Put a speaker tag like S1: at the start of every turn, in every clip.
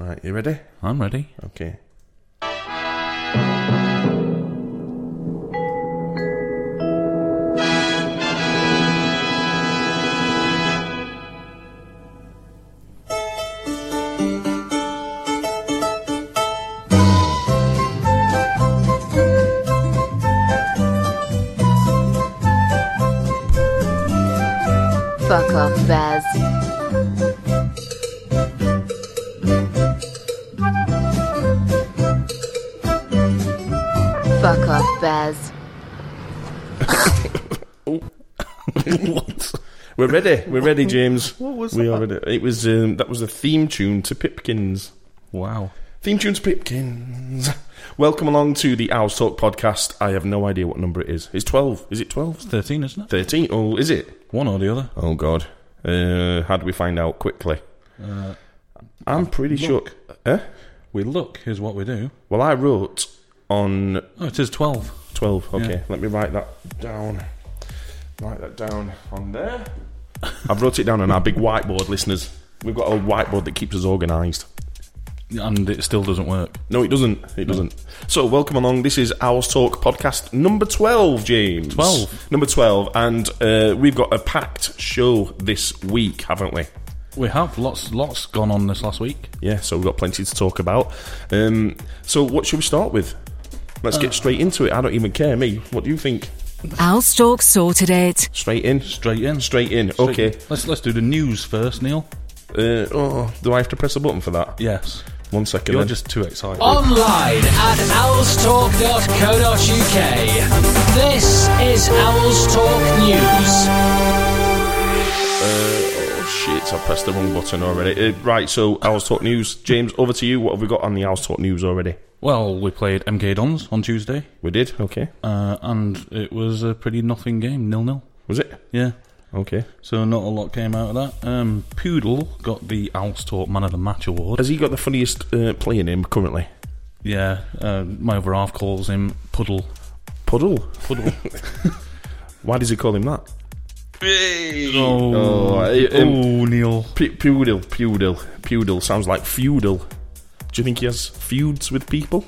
S1: Right, you ready?
S2: I'm ready.
S1: Okay.
S3: Fuck off, Baz. Fuck off, Baz.
S2: what?
S1: We're ready. We're ready, James.
S2: What was
S1: we
S2: that?
S1: Are ready. It was um, that was the theme tune to Pipkins.
S2: Wow.
S1: Theme tune to Pipkins. Welcome along to the Owls Talk podcast. I have no idea what number it is. It's twelve. Is it twelve?
S2: 13, isn't it?
S1: Thirteen? Oh, is it?
S2: One or the other.
S1: Oh God. Uh, how do we find out quickly?
S2: Uh,
S1: I'm pretty sure. Eh?
S2: we look, here's what we do.
S1: Well, I wrote on
S2: Oh, it is 12.
S1: 12. Okay,
S2: Yeah.
S1: let me write that down. Write that down on there. I've wrote it down on our big whiteboard, listeners. We've got a whiteboard that keeps us organised.
S2: And it still doesn't work.
S1: No, it doesn't. It doesn't. So, welcome along. This is Owls Talk podcast number 12, James.
S2: 12.
S1: Number 12. And uh, we've got a packed show this week, haven't we?
S2: We have lots, lots gone on this last week.
S1: Yeah, so we've got plenty to talk about. Um, so, what should we start with? Let's get straight into it. I don't even care, me. What do you think?
S3: Al Stork sorted it.
S1: Straight in?
S2: Straight in.
S1: Straight in. okay.
S2: Let's let's do the news first, Neil.
S1: Uh, oh, do I have to press a button for that?
S2: Yes.
S1: One second.
S2: You're
S1: then.
S2: just too excited.
S4: Online at owlstalk.co.uk. This is Owls Talk News.
S1: Oh, shit! I pressed the wrong button already. Uh, right, so Owls Talk News. James, over to you. What have we got on the Owls Talk News already?
S2: Well, we played MK Dons on Tuesday,
S1: We did. Okay.
S2: uh, and it was a pretty nothing game, nil nil.
S1: Was it?
S2: Yeah.
S1: Okay.
S2: So not a lot came out of that. Um, Poodle got the Alstorp Man of the Match award.
S1: Has he got the funniest uh, play in him currently?
S2: Yeah, uh, my other half calls him Puddle.
S1: Puddle.
S2: Puddle.
S1: Why does he call him that?
S2: oh,
S1: Oh, I- um,
S2: oh, Neil.
S1: P- Poodle. Poodle. Poodle. Sounds like feudal. Do you think he has feuds with people?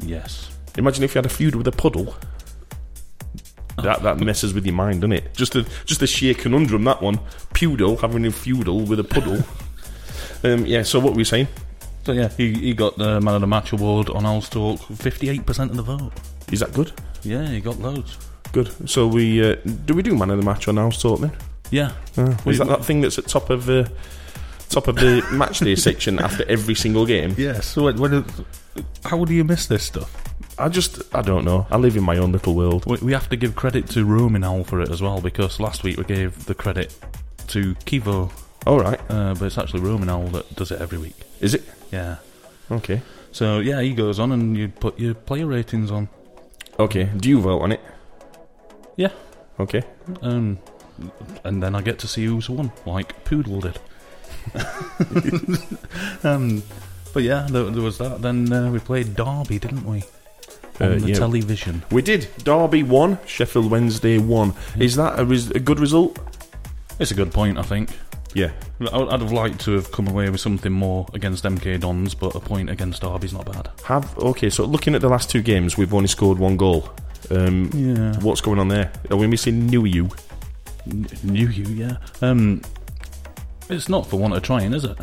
S2: Yes.
S1: Imagine if you had a feud with a puddle. That that messes with your mind, doesn't it? Just the just the sheer conundrum that one. Pudel having a feudal with a puddle. um, yeah. So what were we saying?
S2: So yeah, he, he got the Man of the Match award on Alstorp, 58% of the vote.
S1: Is that good?
S2: Yeah, he got loads.
S1: Good. So we uh, do we do man of the match on now, sort then?
S2: Yeah.
S1: Is that that thing that's at top of uh, top of the match day section after every single game?
S2: Yeah, so what, what, how do you miss this stuff?
S1: I just I don't know. I live in my own little world.
S2: We, we have to give credit to Roman Owl for it as well, because last week we gave the credit to Kivo,
S1: All right.
S2: uh, but it's actually Roman Owl that does it every week.
S1: Is it
S2: Yeah.
S1: okay?
S2: So yeah, he goes on and you put your player ratings on.
S1: Okay. Do you vote on it?
S2: Yeah.
S1: Okay.
S2: Um, and then I get to see who's won, like Poodle did. um, but yeah, there, there was that. Then uh, we played Derby, didn't we? On
S1: Uh,
S2: the
S1: yeah.
S2: television.
S1: We did. Derby won. Sheffield Wednesday won. Is that a, res- a good result?
S2: It's a good point, I think.
S1: Yeah.
S2: I- I'd have liked to have come away with something more against MK Dons, but a point against Derby's not bad.
S1: Have okay. So looking at the last two games, we've only scored one goal. Um,
S2: Yeah.
S1: What's going on there? Are we missing New You?
S2: New you, yeah. Um, it's not for want of trying, is it?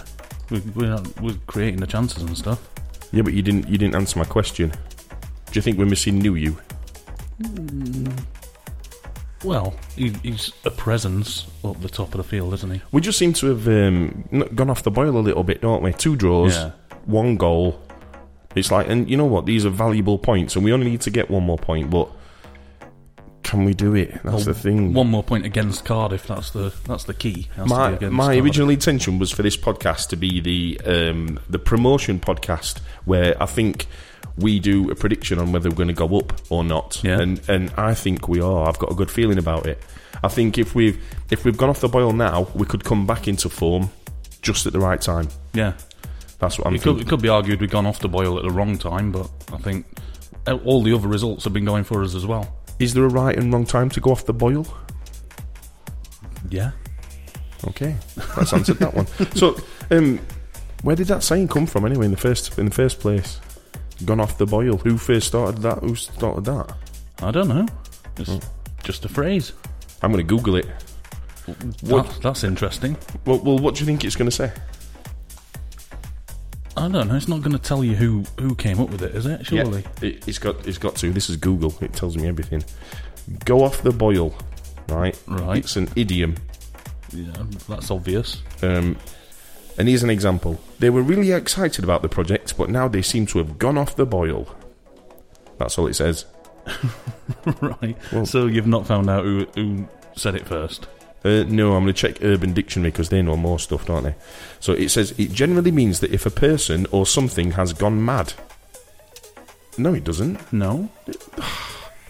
S2: We, we're, not- we're creating the chances and stuff.
S1: Yeah, but you didn't. You didn't answer my question. Do you think we're missing New You?
S2: Well, he, he's a presence up the top of the field, isn't he?
S1: We just seem to have um, n- gone off the boil a little bit, don't we? Two draws,
S2: Yeah.
S1: one goal. It's like, and you know what? These are valuable points, and we only need to get one more point. But Can we do it? That's the thing.
S2: One more point against Cardiff. That's the that's the key.
S1: Mm.
S2: Has to be
S1: my
S2: against
S1: my
S2: Cardiff.
S1: original intention was for this podcast to be the um, the promotion podcast where I think we do a prediction on whether we're going to go up or not,
S2: Yeah.
S1: and and I think we are. I've got a good feeling about it. I think if we've if we've gone off the boil now, we could come back into form just at the right time.
S2: Yeah,
S1: That's what I'm
S2: it could,
S1: thinking.
S2: it could be argued we've gone off the boil at the wrong time, but I think uh, all the other results have been going for us as well.
S1: Is there a right and wrong time to go off the boil?
S2: Yeah.
S1: Okay, that's answered that one. So, um, where did that saying come from anyway? In the first in the first place, gone off the boil. Who first started that? Who started that?
S2: I don't know. It's
S1: Mm.
S2: just a phrase.
S1: I'm going to Google it. What-
S2: That- that's interesting.
S1: Well, well, what do you think it's going to say?
S2: I don't know. It's not going to tell you who who came up with it, is it? Surely.
S1: it, it's got it's got to. This is Google. It tells me everything. Go off the boil, right?
S2: Right.
S1: It's an idiom.
S2: Yeah, that's obvious.
S1: Um, and here's an example. They were really excited about the project, but now they seem to have gone off the boil. That's all it says.
S2: right.
S1: Mm.
S2: so you've not found out who who said it first.
S1: Uh, no, I'm going to check Urban Dictionary because they know more stuff, don't they? So it says it generally means that if a person or something has gone mad. No, it doesn't.
S2: No.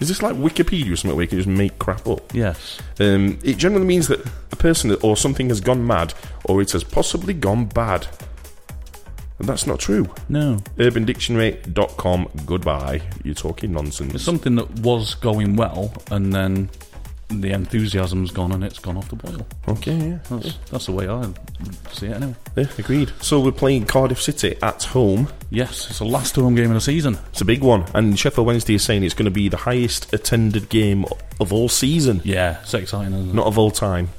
S1: Is this like Wikipedia or something where you can just make crap up?
S2: Yes.
S1: Um, it generally means that a person or something has gone mad, or it has possibly gone bad. And that's not true.
S2: No.
S1: UrbanDictionary.com, goodbye. You're talking nonsense.
S2: It's something that was going well, and then the enthusiasm's gone, and it's gone off the boil.
S1: okay, yeah.
S2: That's that's the way I see it anyway.
S1: yeah. Agreed. So we're playing Cardiff City at home.
S2: Yes, it's the last home game of the season.
S1: It's a big one. And Sheffield Wednesday is saying it's going to be the highest attended game of all season.
S2: Yeah, it's exciting, isn't it?
S1: Not of all time.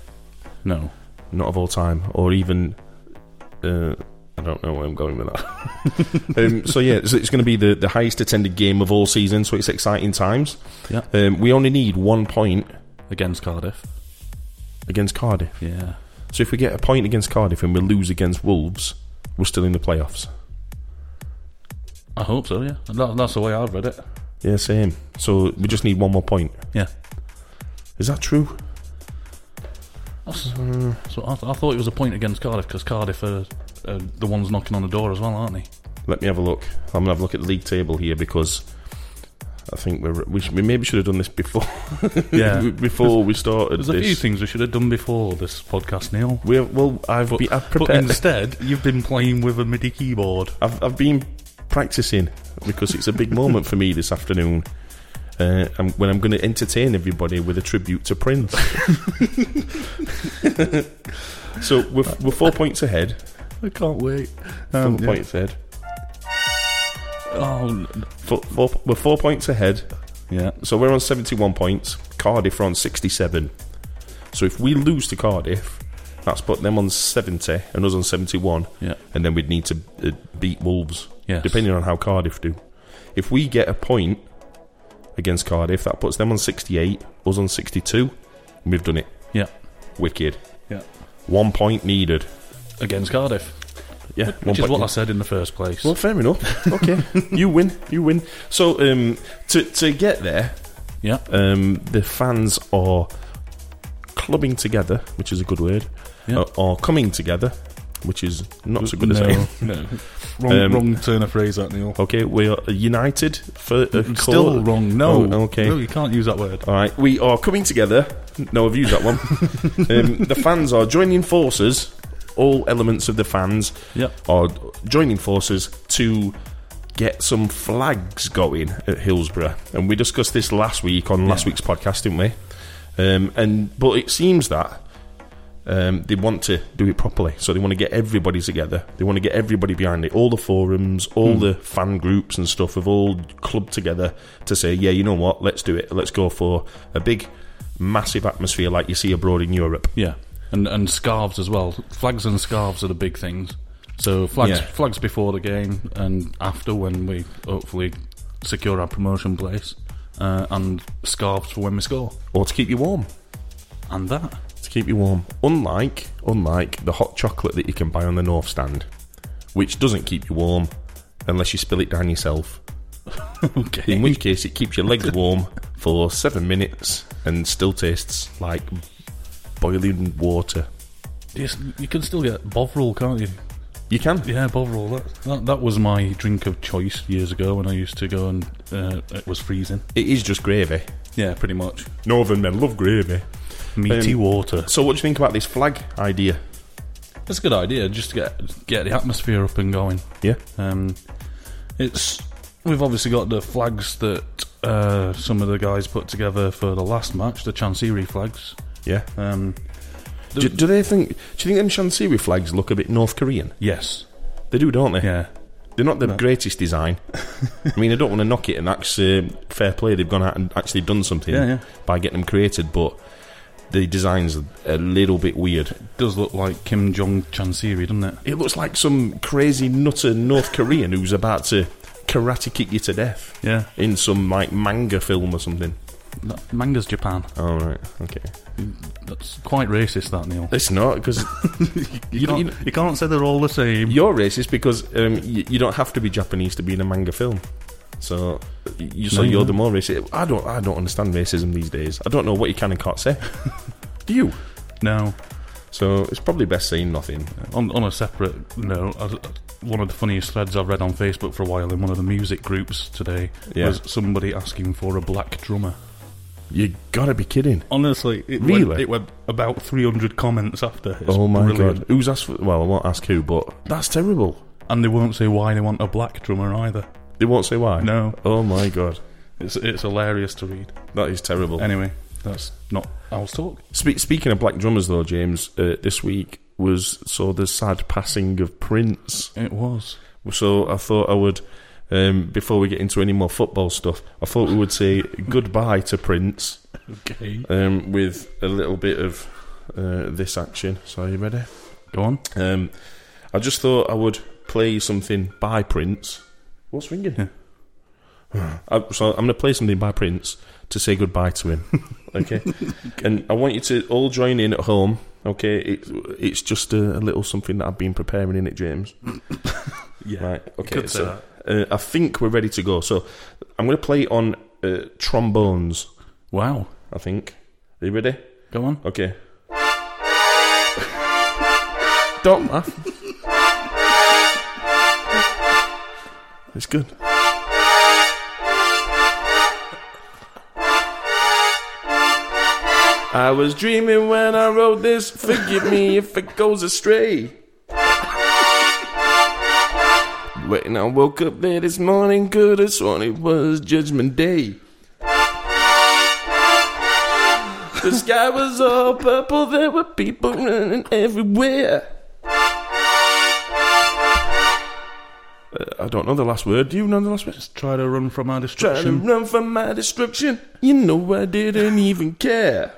S2: No.
S1: Not of all time. Or even. Uh, I don't know where I'm going with that. um, so, yeah, so it's going to be the, the highest attended game of all season. So it's exciting times.
S2: Yeah.
S1: Um, we only need one point
S2: Against Cardiff.
S1: against Cardiff.
S2: Yeah.
S1: So if we get a point against Cardiff and we lose against Wolves, we're still in the playoffs.
S2: I hope so, yeah. That, that's the way I've read it.
S1: Yeah, same. So we just need one more point.
S2: Yeah.
S1: Is that true?
S2: That's, so I, I thought it was a point against Cardiff because Cardiff are, are the ones knocking on the door as well, aren't they?
S1: Let me have a look. I'm gonna have a look at the league table here because I think we're, we, sh- we maybe should have done this before.
S2: Yeah.
S1: before we started.
S2: There's a
S1: this.
S2: few things we should have done before this podcast, Neil.
S1: We have, well, I've
S2: But,
S1: be- I've
S2: but
S1: prepared.
S2: instead, you've been playing with a MIDI keyboard.
S1: I've I've been practicing because it's a big moment for me this afternoon. Uh, I'm, when I'm going to entertain everybody with a tribute to Prince. so we're, we're four points ahead.
S2: I can't wait.
S1: Four
S2: Um, yeah.
S1: points ahead.
S2: Oh, n-
S1: Four, four, we're four points ahead.
S2: yeah.
S1: So we're on 71 points. Cardiff are on 67. So if we lose to Cardiff, that's put them on 70 and us on 71.
S2: Yeah.
S1: And then we'd need to uh, beat Wolves,
S2: Yes.
S1: depending on how Cardiff do. If we get a point against Cardiff, that puts them on 68, us on 62, and we've done it.
S2: Yeah.
S1: Wicked.
S2: Yeah.
S1: One point needed.
S2: Against Cardiff,
S1: Yeah, one point
S2: which is what
S1: needed.
S2: I said in the first place.
S1: Well, fair enough. Okay, you win. You win. So, um, to to get there,
S2: Yeah.
S1: um, the fans are clubbing together, which is a good word,
S2: Yeah.
S1: or, or coming together, which is not Oh, so good a
S2: no,
S1: saying.
S2: no.
S1: Um,
S2: Wrong,
S1: oh,
S2: wrong turn of phrase, that Neil.
S1: Okay, we are united for a cause.
S2: Still wrong. No.
S1: Oh, okay.
S2: No, you can't use that word.
S1: All right, we are coming together. No, I've used that one. um, the fans are joining forces. All elements of the fans
S2: Yep.
S1: are joining forces to get some flags going at Hillsborough, and we discussed this last week on last
S2: Yeah.
S1: week's podcast, didn't we? Um, and but it seems that um, they want to do it properly, so they want to get everybody together. They want to get everybody behind it. All the forums, all the fan groups and stuff have all clubbed together to say, yeah, you know what? Let's do it. Let's go for a big, massive atmosphere like you see abroad in Europe.
S2: Yeah. And and scarves as well. Flags and scarves are the big things. So flags
S1: Yeah.
S2: flags before the game and after when we hopefully secure our promotion place, uh, and scarves for when we score.
S1: Or to keep you warm.
S2: And that.
S1: to keep you warm. Unlike, unlike the hot chocolate that you can buy on the north stand, which doesn't keep you warm unless you spill it down yourself.
S2: Okay.
S1: In which case, it keeps your legs warm for seven minutes and still tastes like boiling water.
S2: You, s- you can still get Bovril, can't you?
S1: You can.
S2: Yeah, Bovril. That, that that was my drink of choice years ago when I used to go and uh, it was freezing.
S1: It is just gravy.
S2: Yeah, pretty much. Um,
S1: Northern men love gravy.
S2: Meaty water.
S1: So, what do you think about this flag idea?
S2: That's a good idea, just to get get the atmosphere up and going.
S1: Yeah.
S2: Um, it's we've obviously got the flags that uh, some of the guys put together for the last match, the Chancery flags.
S1: Yeah.
S2: Um,
S1: Do, do they think? Do you think them Shansiri flags look a bit North Korean?
S2: yes,
S1: They do, don't they?
S2: yeah,
S1: They're not the greatest design. I mean, I don't want to knock it, and that's um fair play. They've gone out and actually done something
S2: Yeah, yeah.
S1: by getting them created, but the design's a little bit weird.
S2: does look like Kim Jong Chancery, doesn't it?
S1: It looks like some crazy nutter North Korean who's about to karate kick you to death.
S2: Yeah.
S1: In some like manga film or something.
S2: No, manga's Japan.
S1: All right. Okay.
S2: That's quite racist, that Neil.
S1: It's not because you,
S2: Can't-
S1: you,
S2: you can't say they're all the same.
S1: you're racist because um, you, you don't have to be Japanese to be in a manga film. So, you, so
S2: No, you
S1: you're
S2: don't.
S1: the more racist. I don't. I don't understand racism these days. I don't know what you can and can't say. Do you?
S2: No.
S1: So it's probably best saying nothing.
S2: On, on a separate note, I, one of the funniest threads I've read on Facebook for a while in one of the music groups today
S1: Yeah.
S2: was somebody asking for a black drummer.
S1: You gotta be kidding!
S2: Honestly, it
S1: Really?
S2: went, it went about 300 comments after. It's
S1: oh my
S2: brilliant.
S1: god! Who's asked? For, well, I won't ask who, but that's terrible.
S2: And they won't say why they want a black drummer either.
S1: They won't say why.
S2: No.
S1: Oh my god!
S2: It's it's hilarious to read.
S1: That is terrible.
S2: Anyway, that's not Owl's talk.
S1: Spe- speaking of black drummers, though, James, uh, this week was saw the sad passing of Prince.
S2: It was.
S1: So I thought I would, um, before we get into any more football stuff, I thought we would say goodbye to Prince
S2: Okay.
S1: um, with a little bit of uh, this action. So are you ready?
S2: Go on.
S1: Um, I just thought I would play you something by Prince. What's ringing? I, so I'm going to play something by Prince to say goodbye to him. Okay, and I want you to all join in at home. Okay, it, it's just a, a little something that I've been preparing in it, James.
S2: Yeah.
S1: Right. Okay.
S2: could say
S1: so uh, I think we're ready to go. So I'm going to play on uh, trombones.
S2: Wow.
S1: I think. Are you ready?
S2: Go on.
S1: Okay. Don't laugh. it's good. I was dreaming when I wrote this. Forgive me if it goes astray. When I woke up there this morning, could have sworn it was Judgment Day. The sky was all purple, there were people running everywhere. Uh, I don't know the last word. Do you know the last word?
S2: Try to run from our
S1: Trying to
S2: destruction.
S1: run from my destruction. You know I didn't even care.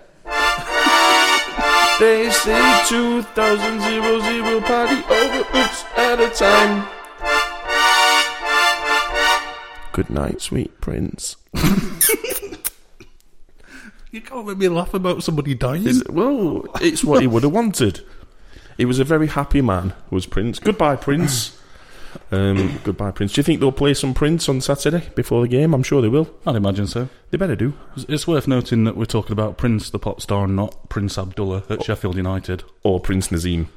S1: they say 2000 zero, zero, party over. Oops, at a time. Good night, sweet prince.
S2: You can't make me laugh about somebody dying.
S1: Is, well, it's what he would have wanted. He was a very happy man, was Prince. Goodbye, Prince. Um, goodbye, Prince. Do you think they'll play some Prince on Saturday before the game? I'm sure they will.
S2: I'd imagine so.
S1: They better do.
S2: It's- It's worth noting that we're talking about Prince the pop star, not Prince Abdullah at Sheffield United.
S1: Or Prince Nazim.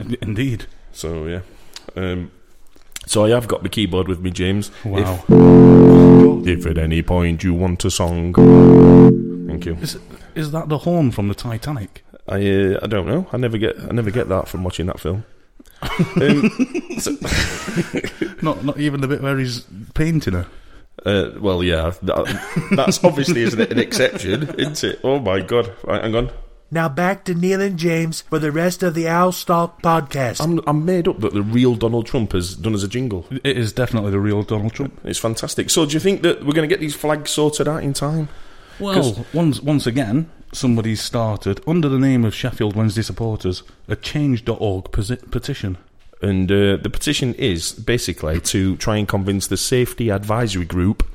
S2: In- Indeed.
S1: So, yeah. Um, so I have got the keyboard with me, James.
S2: Wow.
S1: If, if at any point you want a song. Thank you.
S2: Is, is that the horn from the Titanic?
S1: I uh, I don't know. I never get I never get that from watching that film. um,
S2: Not not even the bit where he's painting her.
S1: Uh, well, yeah, that, that's obviously is an, an exception, isn't it? Oh my god! Right, hang on,
S5: Now back to Neil and James for the rest of the Owl Stalk podcast.
S1: I'm I'm made up that the real Donald Trump has done as a jingle.
S2: It is definitely the real Donald Trump.
S1: It's fantastic. So, do you think that we're going to get these flags sorted out in time?
S2: Well, once once again, somebody's started under the name of Sheffield Wednesday supporters a Change.org posi- petition.
S1: And uh, the petition is basically to try and convince the safety advisory group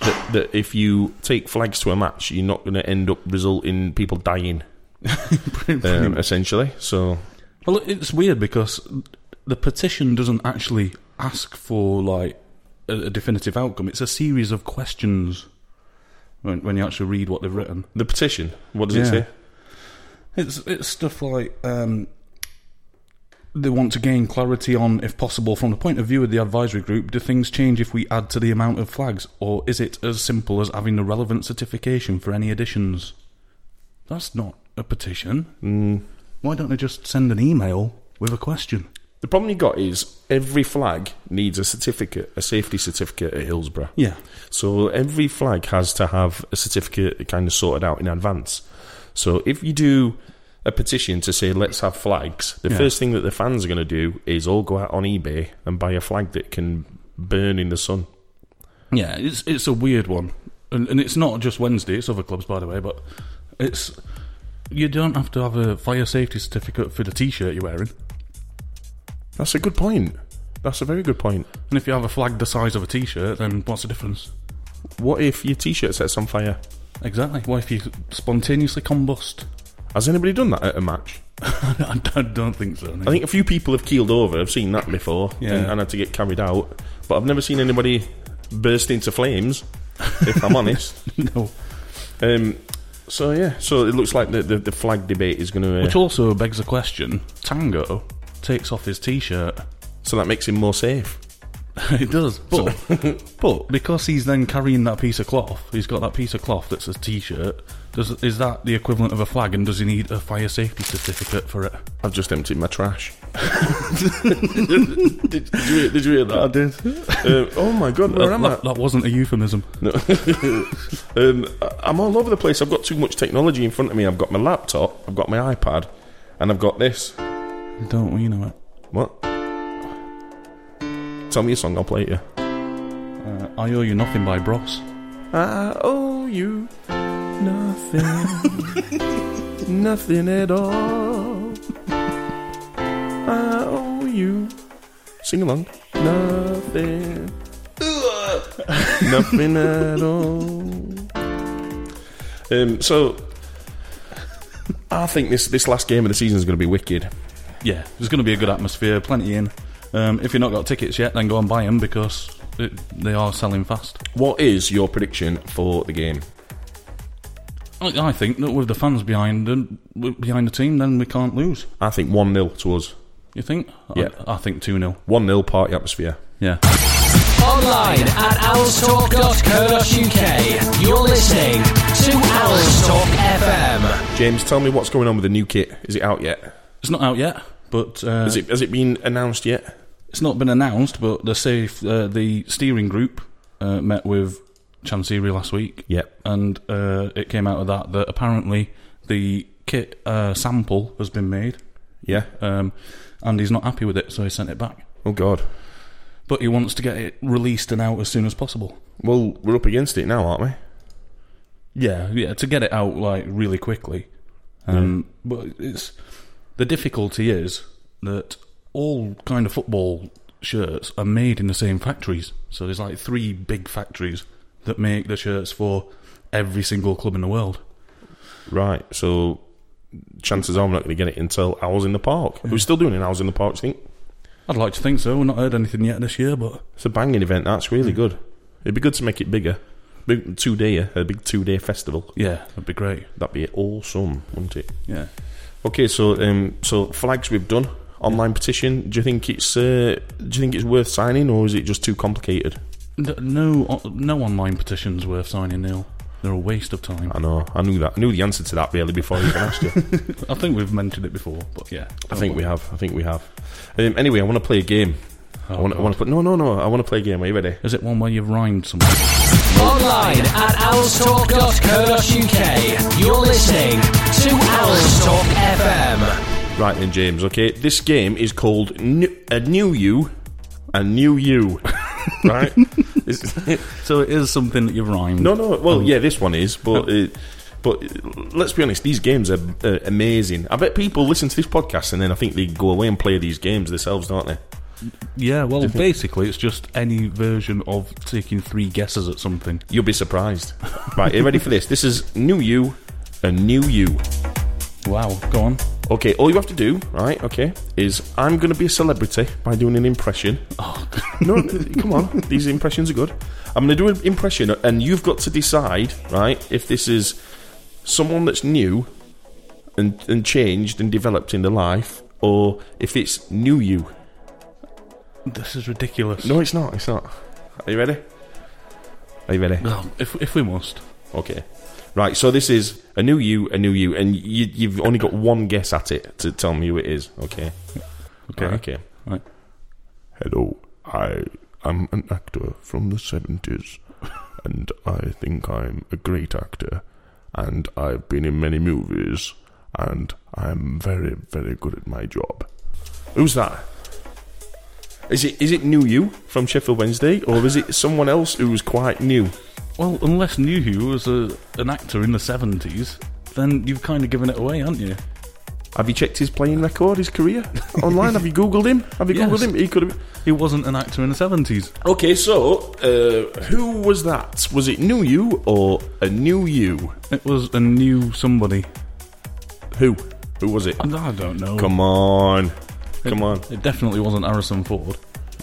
S1: that, that if you take flags to a match, you're not going to end up resulting people dying. um, essentially, so
S2: Well, it's weird because the petition doesn't actually ask for like a, a definitive outcome. It's a series of questions. when, when you actually read what they've written.
S1: The petition. What does it
S2: Yeah.
S1: say?
S2: It's it's stuff like um, they want to gain clarity on, if possible, from the point of view of the advisory group, do things change if we add to the amount of flags, or is it as simple as having the relevant certification for any additions? That's not a petition. Why don't they just send an email with a question?
S1: The problem you got is every flag needs a certificate, a safety certificate at Hillsborough.
S2: Yeah,
S1: So every flag has to have a certificate kind of sorted out in advance. So if you do a petition to say let's have flags, the
S2: Yeah.
S1: first thing that the fans are going to do is all go out on eBay and buy a flag that can burn in the sun.
S2: yeah. It's it's a weird one, and and it's not just Wednesday. It's other clubs, by the way, but it's. You don't have to have a fire safety certificate for the t-shirt you're wearing.
S1: That's a good point. That's a very good point.
S2: And if you have a flag the size of a t-shirt, then what's the difference?
S1: What if your t-shirt sets on fire?
S2: Exactly. What if you spontaneously combust?
S1: Has anybody done that at a match?
S2: I don't- don't think so.
S1: I think a few people have keeled over. I've seen that before
S2: Yeah.
S1: and, and had to get carried out. But I've never seen anybody burst into flames, if I'm honest.
S2: no.
S1: Um, so, yeah, so it looks like the, the, the flag debate is going
S2: Which
S1: to. Uh,
S2: also begs the question: Tango takes off his t-shirt.
S1: so that makes him more safe.
S2: it does, but but because he's then carrying that piece of cloth, he's got that piece of cloth that's a t-shirt. Does is that the equivalent of a flag? And does he need a fire safety certificate for it?
S1: I've just emptied my trash. did, did you hear, did you hear that?
S2: did.
S1: Um, oh my god, where
S2: That,
S1: am I?
S2: that, that wasn't a euphemism.
S1: Um, I- I'm all over the place. I've got too much technology in front of me. I've got my laptop, I've got my iPad, and I've got this.
S2: Don't we know it?
S1: What? Tell me a song, I'll play it. to you.
S2: Uh, I owe you nothing by Bros.
S1: I owe you nothing, nothing at all. I owe you. Sing along. Nothing, nothing at all. Um, so, I think this this last game of the season is going to be wicked.
S2: Yeah, there's going to be a good atmosphere, plenty in. Um, if you've not got tickets yet, then go and buy them because it, they are selling fast.
S1: What is your prediction for the game?
S2: I, I think that with the fans behind and w- behind the team, then we can't lose.
S1: I think one 0 to us.
S2: You think?
S1: Yeah.
S2: I, I think 2 0.
S1: One 0 party atmosphere.
S2: Yeah.
S4: Online at owlstalk.co.uk. You're listening to Owls Talk FM.
S1: James, tell me what's going on with the new kit. Is it out yet?
S2: It's not out yet, but uh,
S1: Has it has it been announced yet?
S2: it's not been announced, but the, safe, uh, the steering group uh, met with Chancery last week.
S1: Yep.
S2: And uh, it came out of that that apparently the kit uh, sample has been made
S1: Yeah.
S2: um, and he's not happy with it, so he sent it back.
S1: Oh God.
S2: But he wants to get it released and out as soon as possible.
S1: Well, we're up against it now, aren't we?
S2: Yeah, yeah, to get it out like really quickly. Um, But it's the difficulty is that all kind of football shirts are made in the same factories. So there's like three big factories that make the shirts for every single club in the world.
S1: Right. So chances are I'm not going to get it until hours in the park. We're still doing an hours in the park. I think
S2: I'd like to think so. We've not heard anything yet this year, but
S1: it's a banging event. That's really good. It'd be good to make it bigger. Big two day, a big two day festival.
S2: yeah, that'd be great.
S1: That'd be awesome, wouldn't it?
S2: Yeah.
S1: Okay. So um, so flags we've done. Online petition. Do you think it's uh, do you think it's worth signing or is it just too complicated?
S2: N- No, no online petitions worth signing, Neil. They're a waste of time.
S1: I know. I knew that. I knew the answer to that really before I even asked you.
S2: I think we've mentioned it before, but yeah.
S1: I think we have. I think we have. Um, anyway, I want to play a game. I want. I want to play. No, no, no. I want to play a game. Are you ready?
S2: Is it one where you've rhymed something?
S4: Online at owlstalk.co.uk. You're listening to Owls Talk FM.
S1: Right then, James. Okay, this game is called N- a new you, a new you. right? It's-
S2: So it is something that you've rhymed.
S1: no, no. Well, yeah, this one is, but. Uh, but uh, let's be honest, these games are uh, amazing. I bet people listen to this podcast and then I think they go away and play these games themselves, don't they?
S2: Yeah, well, basically, it's just any version of taking three guesses at something.
S1: You'll be surprised. right, are you ready for this? This is New You, a New You.
S2: Wow, go on.
S1: Okay, all you have to do, right? Okay, is I'm going to be a celebrity by doing an impression. Oh, no, come on, these impressions are good. I'm going to do an impression, and you've got to decide, right, if this is someone that's new and and changed and developed in their life, or if it's new you.
S2: This is ridiculous.
S1: No, it's not. It's not. Are you ready? Are you ready?
S2: Well, Oh, if, if we must.
S1: Okay. Right, so this is a new you, a new you, and you, you've only got one guess at it to tell me who it is. Okay.
S2: Okay.
S1: Right, okay.
S2: Right.
S1: Hello, I am an actor from the 70s, and I think I'm a great actor, and I've been in many movies, and I'm very, very good at my job. Who's that? Is it is it new you from Sheffield Wednesday, or is it someone else who's quite new?
S2: Well, unless New Hugh was a, an actor in the 70s, then you've kind of given it away, haven't you?
S1: Have you checked his playing record, his career online? Have you googled him? Have you googled
S2: Yes.
S1: him? He could have.
S2: He wasn't an actor in the 70s.
S1: Okay, so uh, who was that? Was it new you or a new you?
S2: It was a new somebody.
S1: Who? Who was it?
S2: And I don't know.
S1: Come on. Come on.
S2: It definitely wasn't Harrison Ford.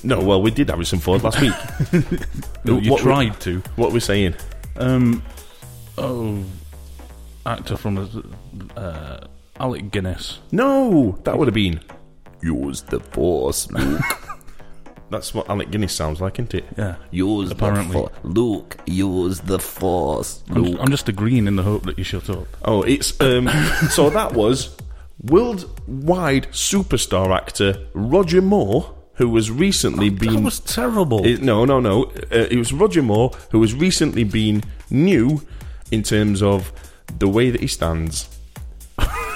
S1: No, well, we did Harrison Ford last week.
S2: No, you
S1: What-
S2: tried to.
S1: what are we saying?
S2: Um, oh, actor from the- uh, Alec Guinness.
S1: No, that would have been. Use the force, Luke. That's what Alec Guinness sounds like, isn't it?
S2: Yeah,
S6: Use
S2: Apparently.
S6: the force. Luke, use the force.
S2: I'm,
S6: Luke.
S2: I'm just agreeing in the hope that you shut up.
S1: Oh, it's um. so that was worldwide superstar actor Roger Moore, who was recently been.
S2: That was terrible.
S1: It- no, no, no. Uh, it was Roger Moore who has recently been new in terms of the way that he stands.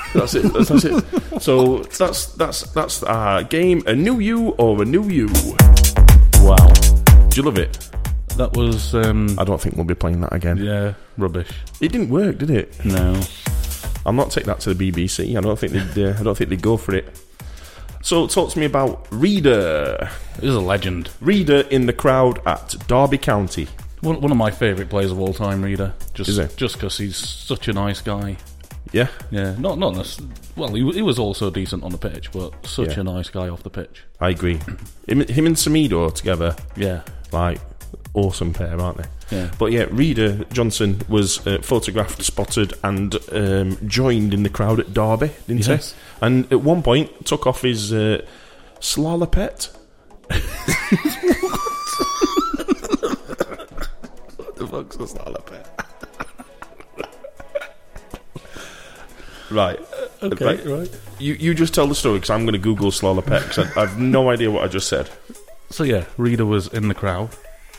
S1: that's it. That's, that's it. So that's that's that's our game. A new you or a new you? Wow. Do you love it?
S2: that was um,
S1: I don't think we'll be playing that again.
S2: yeah, rubbish.
S1: It didn't work, did it?
S2: No,
S1: I'll not take that to the BBC. I don't think they'd. Uh, I don't think they'd go for it. So talk to me about Reader.
S2: it was a legend.
S1: Reader in the crowd at Derby County.
S2: One, one of my favourite players of all time, Reader. Just
S1: Is he?
S2: just because he's such a nice guy.
S1: Yeah.
S2: Yeah, not not this, well. He, w- he was also decent on the pitch, but such
S1: Yeah.
S2: a nice guy off the pitch.
S1: I agree. Him, him and Samido together,
S2: Yeah,
S1: like, awesome pair, aren't they?
S2: Yeah.
S1: But yeah, Reader Johnson was uh, photographed, spotted, and um, joined in the crowd at Derby, didn't
S2: Yes.
S1: he? And at one point, took off his uh, slalopet. what the fuck's a slalopet? right. Okay, Uh, right. You, you just tell the story because I'm going to Google slalopet 'cause I, I've no idea what I just said.
S2: So yeah, Reader was in the crowd.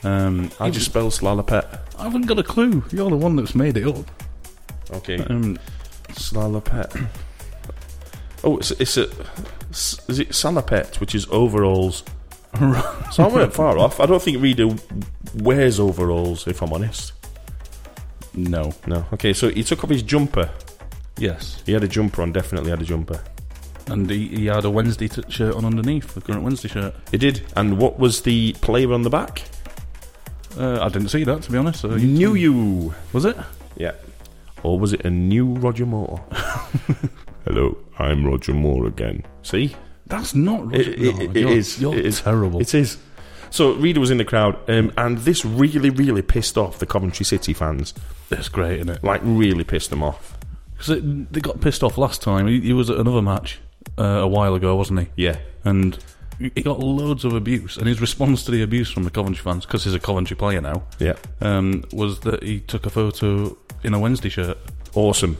S2: Um,
S1: How do you spell slalopet?
S2: I haven't got a clue. You're the one that's made it up.
S1: Okay.
S2: Um,
S1: Slalopet. Oh, it's, it's a. s- Is it salopet, which is overalls? So I weren't far off. I don't think Reader wears overalls, if I'm honest.
S2: no.
S1: No. Okay, so he took off his jumper.
S2: Yes.
S1: He had a jumper on, definitely had a jumper.
S2: And he, he had a Wednesday t- shirt on underneath, the current Wednesday shirt.
S1: He did. And what was the player on the back?
S2: Uh, I didn't see that, to be honest. So you-
S1: New you.
S2: was it?
S1: Yeah. Or was it a new Roger Moore? Hello, I'm Roger Moore again. See?
S2: That's not.
S1: It-
S2: Roger-
S1: it-
S2: no,
S1: it
S2: you're,
S1: is.
S2: You're
S1: it is.
S2: terrible.
S1: It is. So Reader was in the crowd, um, and this really, really pissed off the Coventry City fans.
S2: It's great, isn't it?
S1: Like, really pissed them off.
S2: Because they got pissed off last time. He, he was at another match uh, a while ago, wasn't he?
S1: Yeah.
S2: And he he got loads of abuse. And his response to the abuse from the Coventry fans, because he's a Coventry player now,
S1: Yeah.
S2: um, was that he took a photo in a Wednesday shirt.
S1: Awesome.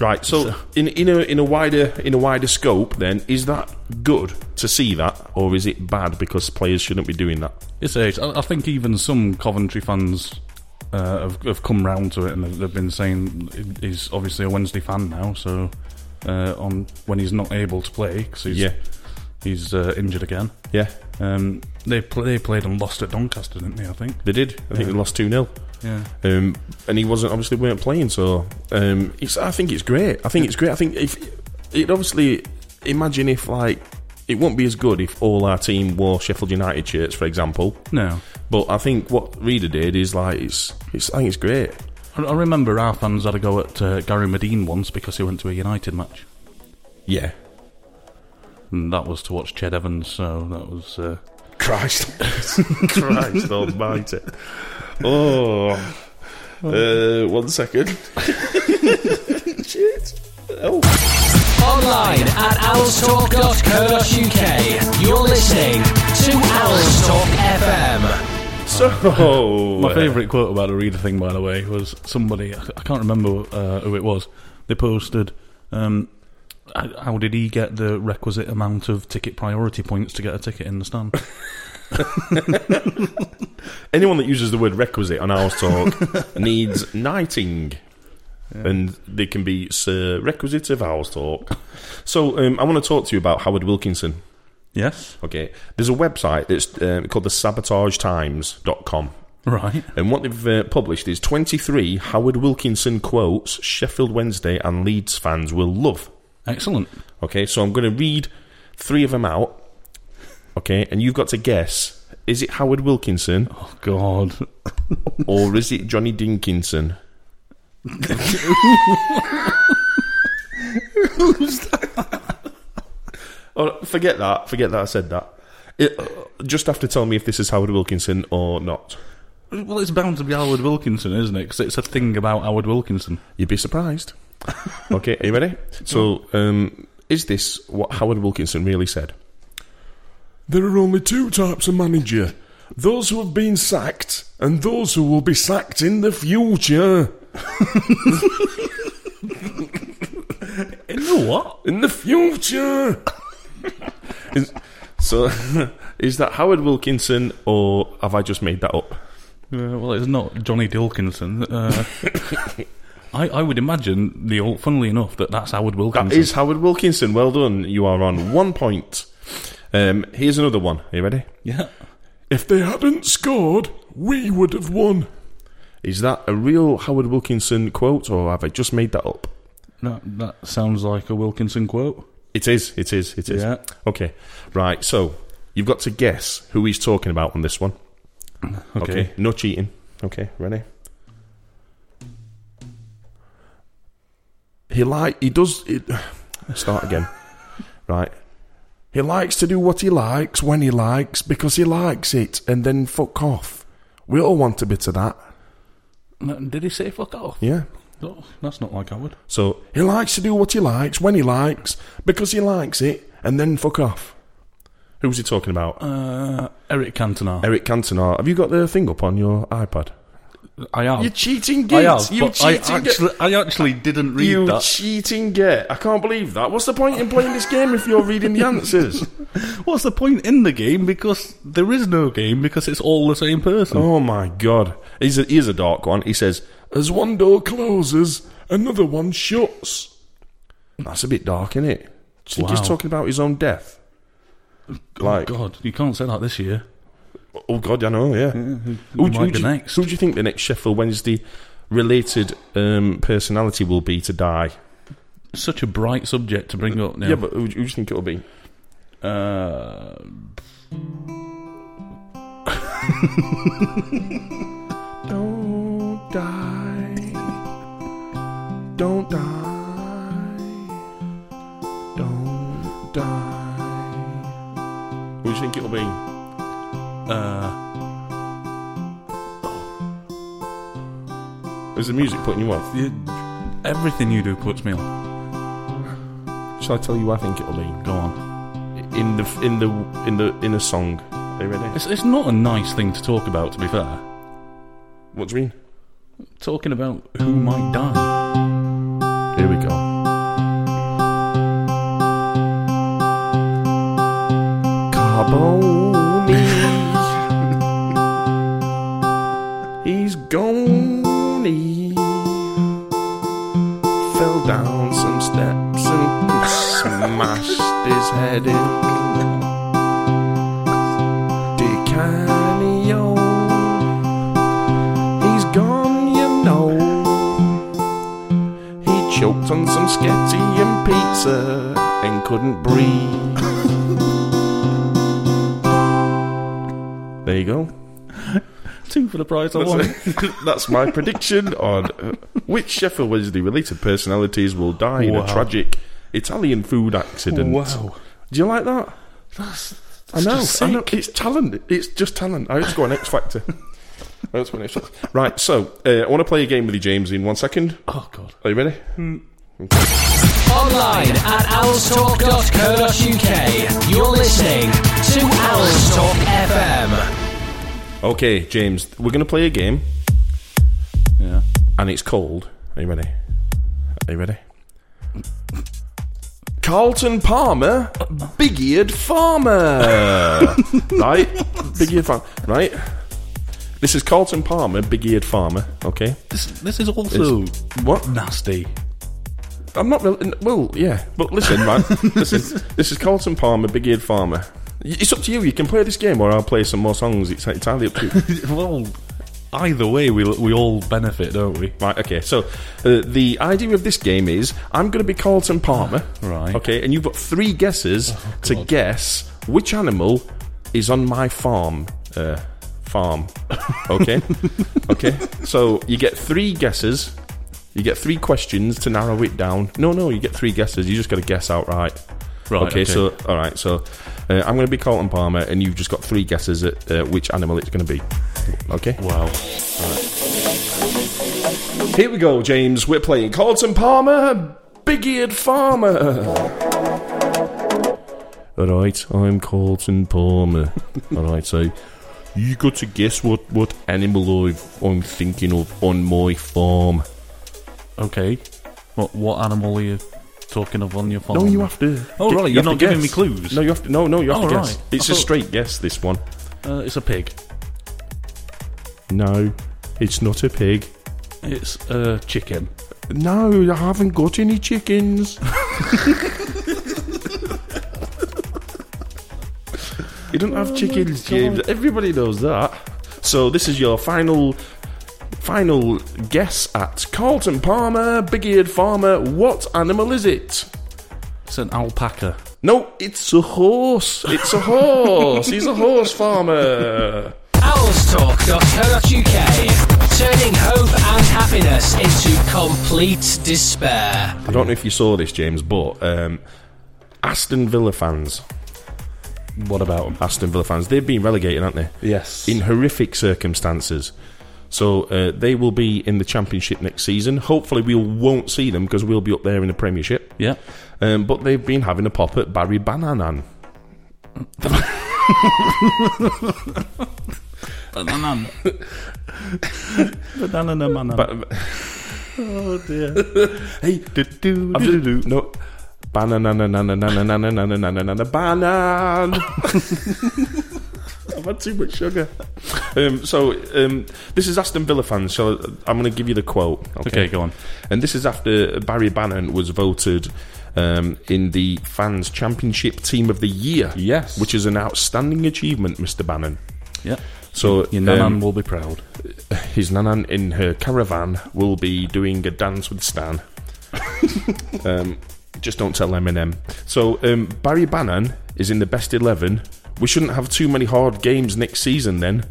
S1: right. So, in in a in a wider in a wider scope, then is that good to see that, or is it bad because players shouldn't be doing that?
S2: It's age. I, I think even some Coventry fans uh, have, have come round to it and they've, they've been saying he- he's obviously a Wednesday fan now. So uh, on when he's not able to play because he's
S1: Yeah.
S2: he's uh, injured again.
S1: Yeah.
S2: Um, they pl- they played and lost at Doncaster, didn't they? I think.
S1: They did. I think they lost two 0
S2: Yeah.
S1: um, and he wasn't obviously weren't playing. So um, it's, I think it's great. I think it's great. I think if it obviously imagine if like it won't be as good if all our team wore Sheffield United shirts, for example.
S2: No.
S1: But I think what Reader did is like it's, it's I think it's great.
S2: I, I remember our fans had a go at uh, Gary Medine once because he went to a United match.
S1: Yeah.
S2: And that was to watch Ched Evans, so that was. Uh,
S1: Christ. Christ almighty. Oh. Uh, one second. Shit. Oh.
S4: Online at owlstalk.co.uk. You're listening to Owls Talk FM.
S1: So.
S2: My
S1: uh,
S2: favourite quote about the reader thing, by the way, was somebody I I can't remember uh, who it was. They posted, um, h- "How did he get the requisite amount of ticket priority points to get a ticket in the stand?"
S1: Anyone that uses the word requisite on Owls Talk needs knighting. And they can be Sir Requisite of Owls Talk. So um, I want to talk to you about Howard Wilkinson.
S2: yes,
S1: Okay. There's a website that's um, called the sabotagetimes.com.
S2: right.
S1: And what they've uh, published is 23 Howard Wilkinson quotes Sheffield Wednesday and Leeds fans will love.
S2: Excellent.
S1: Okay, so I'm going to read three of them out. Okay, and you've got to guess is it Howard Wilkinson
S2: Oh God,
S1: or is it Johnny Dinkinson? Who's that? Oh, forget that. Forget that I said that. It, uh, just have to tell me if this is Howard Wilkinson or not.
S2: well, it's bound to be Howard Wilkinson, isn't it? Because it's a thing about Howard Wilkinson.
S1: You'd be surprised. okay, are you ready? So, um, is this what Howard Wilkinson really said? There are only two types of manager those who have been sacked and those who will be sacked in the future.
S2: You know what?
S1: In the future! Is- so, is that Howard Wilkinson or have I just made that up?
S2: Uh, well, it's not Johnny Dilkinson. Uh, I, I would imagine the old. Funnily enough, that that's Howard Wilkinson.
S1: That is Howard Wilkinson. Well done. You are on one point. Um, here's another one. Are you ready?
S2: yeah.
S1: If they hadn't scored, we would have won. Is that a real Howard Wilkinson quote, or have I just made that up?
S2: That that sounds like a Wilkinson quote.
S1: It is, it is, it is.
S2: Yeah.
S1: Okay, right, so you've got to guess who he's talking about on this one. Okay. No cheating. Okay, ready? He like he does it start again. right. He likes to do what he likes when he likes because he likes it and then fuck off. We all want a bit of that.
S2: No, Did he say fuck off?
S1: Yeah.
S2: No, that's not like Howard.
S1: So he likes to do what he likes when he likes because he likes it and then fuck off. Who's he talking about?
S2: Uh, Eric Cantona.
S1: Eric Cantona. Have you got the thing up on your iPad?
S2: Uh, I have.
S1: You cheating
S2: I
S1: git.
S2: have.
S1: you
S2: but I
S1: cheating git.
S2: actually, I actually didn't read
S1: You
S2: that.
S1: cheating git. I can't believe that. What's the point in playing this game if you're reading the answers?
S2: What's the point in the game? Because there is no game because it's all the same person.
S1: Oh my god. He's a, he's a dark one. He says, As one door closes, another one shuts. That's a bit dark, isn't it? Do you think
S2: Wow.
S1: he's talking about his own death? Like,
S2: Oh, God, you can't say that this year.
S1: Oh God, I know. Yeah.
S2: who
S1: Who,
S2: might
S1: do, who,
S2: be
S1: do,
S2: next?
S1: who do you think the next Sheffield Wednesday related um, personality will be to die?
S2: Such a bright subject to bring up now.
S1: Yeah, but who, who do you think it'll be?
S2: Uh,
S1: Don't die. Don't die. Don't die. Who do you think it'll be?
S2: uh,
S1: Is the music putting you off?
S2: you, everything you do puts me off.
S1: Shall I tell you? who I think it'll be
S2: Go on.
S1: in the in the in the in a song. Are you ready?
S2: It's, it's not a nice thing to talk about, to be fair.
S1: What do you mean?
S2: Talking about who might die.
S1: Here we go. Carboni. He's gone. He fell down some steps and smashed his head in. DiCanio. He's gone, you know. He choked on some sketty and pizza and couldn't breathe. there you go.
S2: Two for the price of one.
S1: That's, that's my prediction on uh, which Sheffield Wednesday related personalities will die in
S2: Wow.
S1: a tragic Italian food accident.
S2: Wow.
S1: Do you like that? I
S2: That's
S1: know,
S2: just
S1: I know.
S2: sick.
S1: It's talent. It's just talent. I just go on X Factor. That's when it's right. So uh, I want to play a game with you, James, in one second.
S2: Oh god.
S1: Are you ready?
S4: Online at owlstalk.co.uk. You're listening to Owls Talk FM.
S1: Okay, James. We're going to play a game,
S2: Yeah.
S1: and it's called. Are you ready? Are you ready? Carlton Palmer, big eared farmer. right? Big eared farmer. Right? This is Carlton Palmer, big eared farmer. Okay?
S2: This this is also
S1: What?
S2: nasty.
S1: I'm not really. n- Well, yeah, but listen, man. listen, this is Carlton Palmer, Big Eared Farmer. Y- It's up to you. You can play this game, or I'll play some more songs. It's entirely up to you.
S2: Well, either way, we we all benefit, don't we?
S1: right? Okay. So, uh, the idea of this game is I'm going to be Carlton Palmer,
S2: Right. Oh,
S1: Okay, and you've got three guesses to guess which animal is on my farm. Uh, farm. Okay. okay. So you get three guesses. You get three questions to narrow it down. No, no, you get three guesses. You just got to guess outright.
S2: Right,
S1: Okay,
S2: okay.
S1: so all right, so uh, I'm going to be Colton Palmer, and you've just got three guesses at uh, which animal it's going to be. Okay,
S2: Wow.
S1: here we go, James. We're playing Colton Palmer, Big Eared Farmer. All right, I'm Colton Palmer. all right, so you got to guess what what animal I've, I'm thinking of on my farm.
S2: Okay. What what animal are you talking of on your farm?
S1: No, you have to.
S2: Oh,
S1: gu-
S2: right,
S1: Um, you
S2: you're
S1: have to
S2: not giving
S1: guess.
S2: me clues.
S1: No, you have to. No, no, you have
S2: Oh,
S1: to guess.
S2: right.
S1: It's
S2: I
S1: a
S2: thought-
S1: straight guess. This one.
S2: Uh, it's a pig.
S1: No, it's not a pig.
S2: It's a chicken.
S1: No, I haven't got any chickens. you don't have chickens, James. Everybody knows that. So this is your final final guess at Carlton Palmer, big eared farmer, what animal is it?
S2: It's an alpaca.
S1: No, it's a horse. It's a horse. He's a horse farmer.
S4: Owlstalk.co.uk. Turning hope and happiness into complete despair.
S1: I don't know if you saw this, James, but um, Aston Villa fans,
S2: What about them?
S1: Aston Villa fans, they've been relegated, haven't they?
S2: Yes.
S1: in horrific circumstances. So uh, they will be in the championship next season. Hopefully, we won't see them because we'll be up there in the Premiership.
S2: yeah.
S1: Um, but they've been having a pop at Barry Bananan.
S2: Banana. Banana man.
S1: Ba- oh dear! hey, do do do do. No, banana na na na na na na na na na na na na banan. I've had too much sugar. Um, so um, this is Aston Villa fans. So I'm going to give you the quote.
S2: okay, go on.
S1: And this is after Barry Bannon was voted um, in the Fans Championship Team of the Year.
S2: Yes.
S1: Which is an outstanding achievement, Mr. Bannon.
S2: Yeah.
S1: So
S2: Your nanan
S1: um,
S2: will be proud.
S1: his nanan in her caravan will be doing a dance with Stan. um, just don't tell Eminem. So um, Barry Bannon is in the best eleven. We shouldn't have too many hard games next season. Then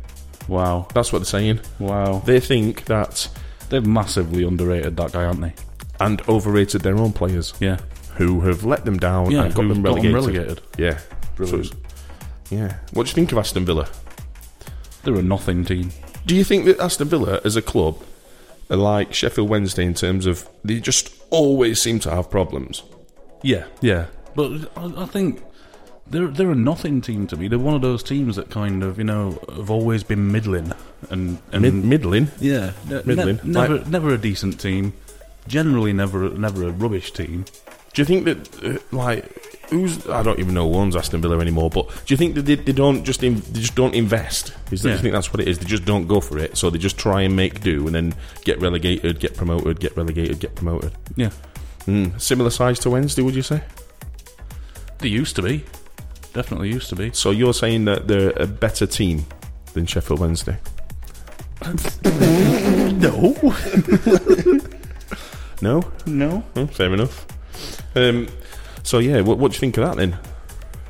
S2: Wow.
S1: that's what they're saying.
S2: Wow.
S1: They think that
S2: They've massively underrated that guy, aren't they?
S1: and overrated their own players.
S2: Yeah.
S1: who have let them down
S2: Yeah,
S1: and got
S2: who've
S1: them,
S2: got
S1: relegated.
S2: them relegated.
S1: Yeah,
S2: Brilliant.
S1: So it's- yeah. What do you think of Aston Villa?
S2: They're a nothing team.
S1: Do you think that Aston Villa, as a club, are like Sheffield Wednesday in terms of they just always seem to have problems?
S2: Yeah. Yeah. But I, I think they're they're a nothing team to me. They're one of those teams that kind of you know have always been middling and, and
S1: Mid- middling.
S2: yeah ne-
S1: middling.
S2: ne- never never a decent team. Generally, never never a rubbish team.
S1: Do you think that uh, like who's I don't even know who owns Aston Villa anymore? But do you think that they, they don't just in, they just don't invest? Is that, do
S2: Yeah.
S1: you think that's what it is? They just don't go for it, so they just try and make do, and then get relegated, get promoted, get relegated, get promoted.
S2: Yeah,
S1: Hmm. Similar size to Wednesday, would you say?
S2: they used to be. Definitely used to be.
S1: So you're saying that they're a better team than Sheffield Wednesday?
S2: No,
S1: No,
S2: no.
S1: Hmm, fair enough. Um, so yeah, what, what do you think of that then?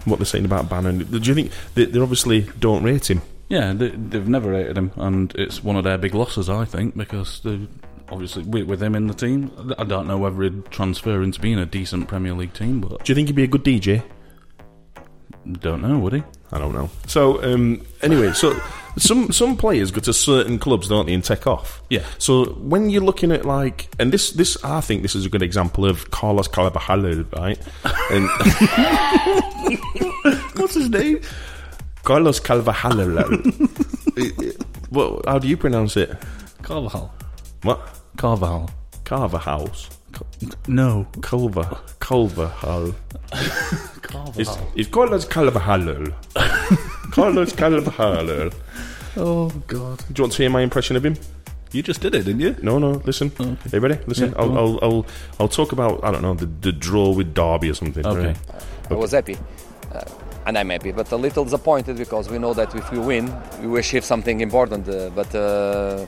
S1: What they're saying about Bannon? Do you think they, they obviously don't rate him?
S2: Yeah, they, they've never rated him, and it's one of their big losses, I think, because they obviously with, with him in the team. I don't know whether he'd transfer into being a decent Premier League team, but
S1: Do you think he'd be a good DJ?
S2: don't know, would he?
S1: I don't know. So um, anyway, so some some players go to certain clubs, don't they, and take off.
S2: Yeah.
S1: So when you're looking at like, and this this I think this is a good example of Carlos Carabajal, right? And what's his name? Carlos Carvajal. well, how do you pronounce it?
S2: Carvajal.
S1: What?
S2: Carvajal.
S1: Carvahouse.
S2: No.
S1: Culver. Culverhal.
S2: Carvajal.
S1: It's, it's Carlos Carvajal. Carlos Carvajal.
S2: oh God.
S1: Do you want to hear my impression of him?
S2: You just did it, didn't you? Oh,
S1: No, no. Listen,
S2: Okay.
S1: you ready? Listen,
S2: Yeah, go
S1: I'll,
S2: on.
S1: I'll, I'll, I'll talk about I don't know the, the draw with Derby or something.
S2: Okay.
S1: right?
S7: I was happy, uh, and I'm happy, but a little disappointed because we know that if we win, we achieve something important. Uh, but uh,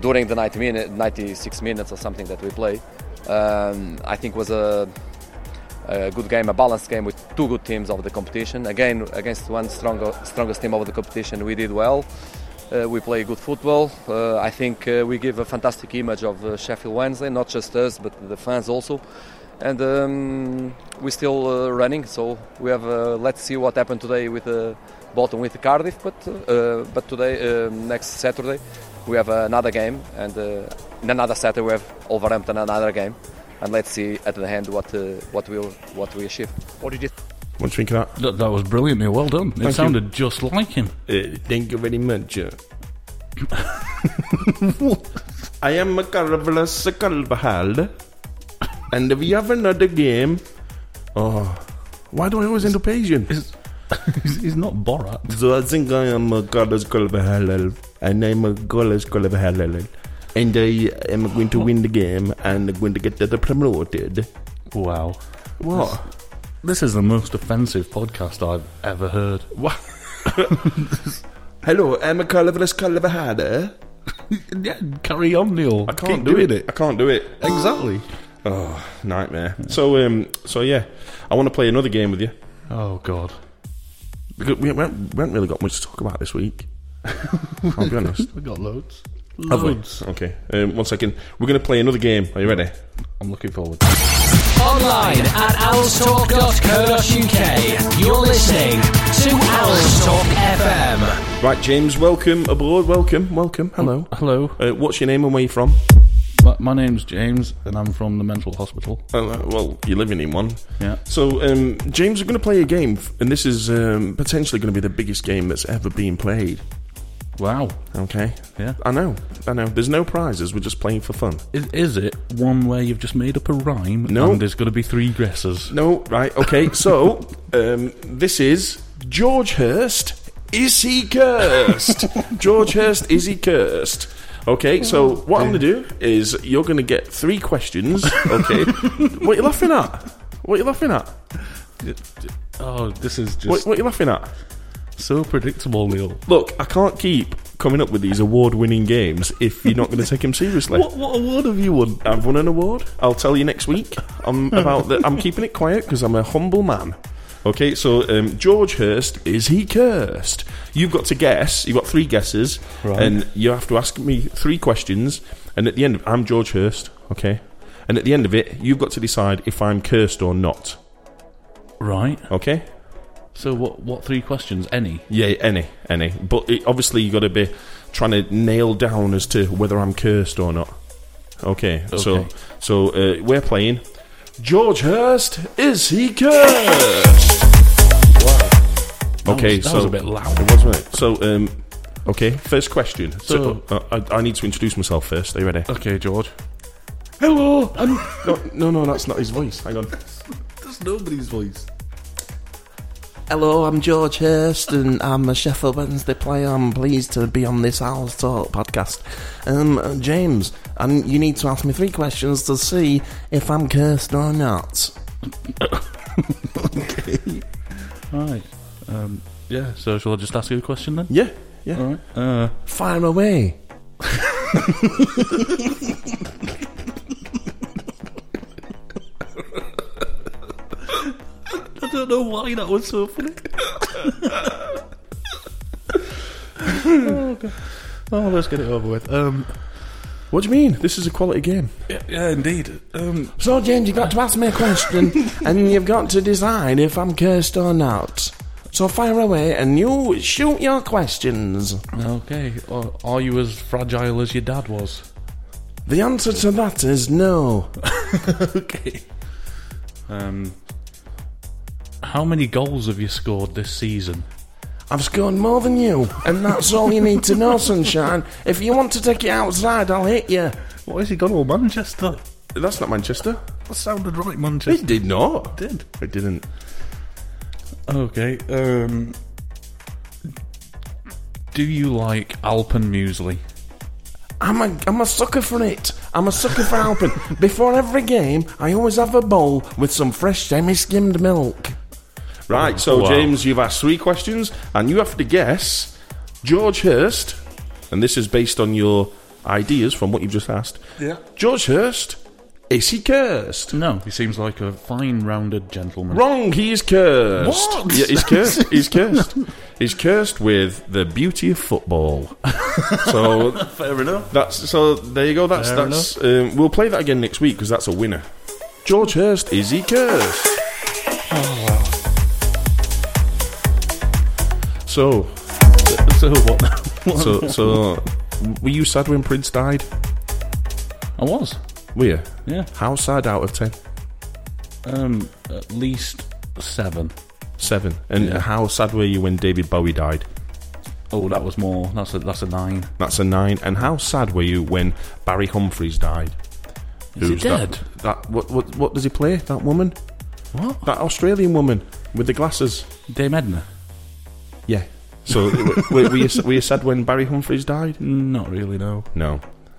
S7: during the 90 minute, 96 minutes or something that we play, um, I think was a, a good game, a balanced game with two good teams of the competition. Again, against one stronger, strongest team of the competition, we did well. Uh, we play good football. Uh, I think uh, we give a fantastic image of uh, Sheffield Wednesday, not just us, but the fans also. And um, we're still uh, running, so we have. Uh, let's see what happened today with uh, Bolton with Cardiff, but uh, but today, um, next Saturday, we have another game, and uh, in another Saturday we have Wolverhampton another game, and let's see at the end what uh, what we will what we achieve. What did you?
S1: What do you think of that?
S2: That, that was brilliantly well done. it
S1: you.
S2: sounded just like him.
S1: Uh, thank you very much. uh. I am Carlos Carvajal, and we have another game. Oh, why do I always end up Asian?
S2: He's, he's, he's not Borat.
S1: So I think I am a Carlos Carvajal, and I'm a Carlos Carvajal, and I am going to win the game and going to get the promoted.
S2: Wow.
S1: What?
S2: This is the most offensive podcast I've ever heard.
S1: What? Hello, I'm a Carlos Carvajal.
S2: yeah, carry on, Neil.
S1: I can't do it. I can't do it.
S2: Exactly.
S1: Oh, nightmare. So, um, so yeah, I want to play another game with you.
S2: Oh God.
S1: Because we, we, haven't, we haven't really got much to talk about this week. I'll be honest.
S2: We got loads.
S1: Have we?
S2: Loads.
S1: Okay, um, one second. We're going to play another game. Are you ready?
S2: I'm looking forward.
S4: Online at owlstalk.co.uk. You're listening to Owls Talk FM.
S1: Right, James, welcome aboard. Welcome, welcome. Hello.
S2: Hello.
S1: Uh, what's your name and where you from?
S2: My, my name's James, and I'm from the mental hospital.
S1: Uh, well, you're living in one.
S2: Yeah.
S1: So, um, James, we're going to play a game, f- and this is um, potentially going to be the biggest game that's ever been played.
S2: Wow.
S1: Okay.
S2: Yeah.
S1: I know. I know. There's no prizes. We're just playing for fun.
S2: Is, is it one where you've just made up a rhyme?
S1: No.
S2: And there's going to be three guesses.
S1: No, right. Okay. so, um, this is George Hurst. Is he cursed? George Hurst, is he cursed? Okay, so what I'm going to do is you're going to get three questions. Okay. what are you laughing at? What are you laughing at?
S2: Oh, this is just
S1: What, what are you laughing at?
S2: so predictable, Neil.
S1: Look, I can't keep coming up with these award winning games if you're not going to take them seriously.
S2: What, what award have you won?
S1: I've won an award. I'll tell you next week. I'm about the, I'm keeping it quiet because I'm a humble man. Okay, so um, George Hurst is he cursed? You've got to guess. You've got three guesses,
S2: Right.
S1: and you have to ask me three questions. And at the end, of, I'm George Hurst. Okay, and at the end of it, you've got to decide if I'm cursed or not.
S2: Right.
S1: Okay.
S2: So what? What three questions? Any?
S1: Yeah, any, any. But it, obviously, you got to be trying to nail down as to whether I'm cursed or not. Okay, so
S2: Okay.
S1: so uh, we're playing. George Hurst is he cursed?
S2: That
S1: Okay,
S2: was, that
S1: so
S2: was a bit loud.
S1: It was, wasn't it? So, um, okay, first question. So,
S2: So-
S1: uh, I, I need to introduce myself first. Are you ready?
S2: Okay, George.
S1: Hello. I'm...
S6: Oh,
S1: no, no, no, that's not his voice. Hang on.
S6: That's nobody's voice. Hello, I'm George Hurst, and I'm a Sheffield Wednesday player. I'm pleased to be on this Owls Talk podcast. Um, uh, James, and you need to ask me three questions to see if I'm cursed or not.
S2: Right. Um, yeah. So shall I just ask you a question then?
S1: Yeah, yeah.
S2: All right. Uh,
S6: Fire away.
S2: I don't know why that was so funny. oh, God. Oh, let's get it over with. Um,
S1: What do you mean? This is a quality game.
S2: Yeah, yeah indeed. Um,
S6: So, James, you've got to ask me a question, and you've got to decide if I'm cursed or not. So fire away, and you shoot your questions.
S2: okay. Are, are you as fragile as your dad was?
S6: The answer to that is no.
S2: okay. Um, how many goals have you scored this season?
S6: I've scored more than you, and that's all you need to know, sunshine. If you want to take it outside, I'll hit you.
S1: What has he got all man?
S2: Manchester.
S1: That's not Manchester.
S2: That sounded right,
S1: It
S2: Manchester.
S1: did not. It did. It didn't.
S2: Okay. Um, do you like Alpen Muesli?
S6: I'm a, I'm a sucker for it. I'm a sucker for Alpen. Before every game, I always have a bowl with some fresh semi-skimmed milk.
S1: Right, so
S2: Wow.
S1: James, you've asked three questions, and you have to guess George Hurst, and this is based on your ideas from what you've just asked.
S2: Yeah.
S1: George Hurst, is he cursed?
S2: No. He seems like a fine, rounded gentleman.
S1: Wrong, he is cursed.
S2: What?
S1: Yeah, he's cursed. He's cursed. He's cursed with the beauty of football. so fair enough. That's so. There you go. That's
S2: Fair
S1: that's. Um, we'll play that again next week because that's a winner. George Hurst is he cursed?
S2: Oh,
S1: So
S2: So what? what
S1: so so. Were you sad when Prince died?
S2: I was.
S1: Were you?
S2: Yeah.
S1: How sad out of ten?
S2: Um, at least seven.
S1: Seven. And how sad were you when David Bowie died?
S2: Oh, that was more. That's a that's a nine.
S1: That's a nine. And how sad were you when Barry Humphries died?
S2: Is he dead?
S1: That, that what, what what does he play? That woman,
S2: What?
S1: that Australian woman with the glasses.
S2: Dame Edna?
S1: Yeah. So w- were, were, you, s- were you sad when Barry Humphries died?
S2: Not really. No.
S1: No.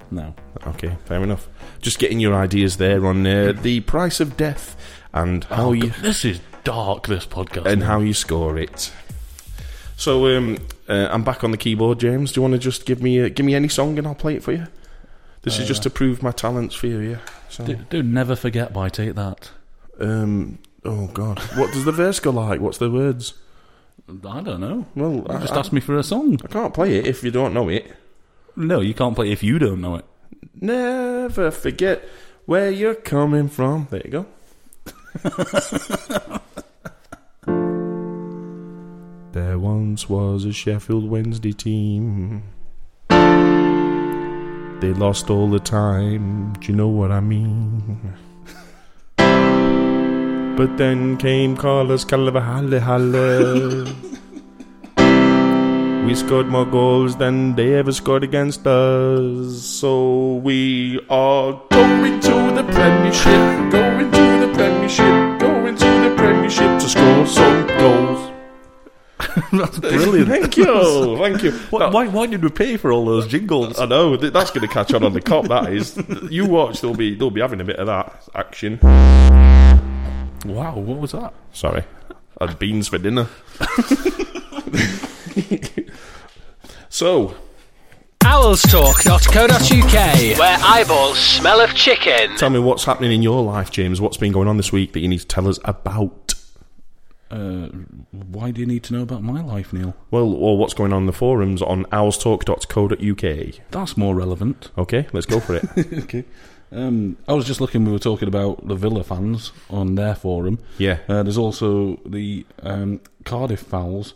S2: No.
S1: Okay, fair enough. Just getting your ideas there on uh, the price of death and how
S2: Oh,
S1: you
S2: This is dark. This podcast.
S1: and how you score it. So um, uh, I'm back on the keyboard, James. Do you want to just give me a, give me any song and I'll play it for you? This is
S2: Uh,
S1: just to prove my talents for you. Yeah. So.
S2: do, do never forget by take that.
S1: Um. Oh God. What does the verse go like? What's the words?
S2: I don't know.
S1: Well,
S2: You
S1: I,
S2: just
S1: I-
S2: asked me for a song.
S1: I can't play it if you don't know it.
S2: No, you can't play if you don't know it.
S1: Never forget where you're coming from. There you go. there once was a Sheffield Wednesday team. They lost all the time. Do you know what I mean? but then came Carlos Calvajal. We scored more goals than they ever scored against us. So we are going to the Premiership, going to the Premiership, going to the Premiership to score some goals.
S2: That's brilliant.
S1: Thank you, thank you.
S2: Why, why, why did we pay for all those jingles?
S1: I know th- that's going to catch on on the cop. That is, you watch. They'll be they'll be having a bit of that action.
S2: Wow, what was that?
S1: Sorry, I had beans for dinner. so
S4: Owlstalk.co.uk, where eyeballs smell of chicken.
S1: tell me what's happening in your life, James. What's been going on this week that you need to tell us about?
S2: Uh, why do you need to know about my life, Neil?
S1: Well, or what's going on in the forums on owlstalk.co.uk.
S2: That's more relevant.
S1: Okay, let's go for it.
S2: okay. Um, I was just looking. We were talking about the Villa fans on their forum.
S1: Yeah.
S2: Uh, there's also the um, Cardiff Fowls,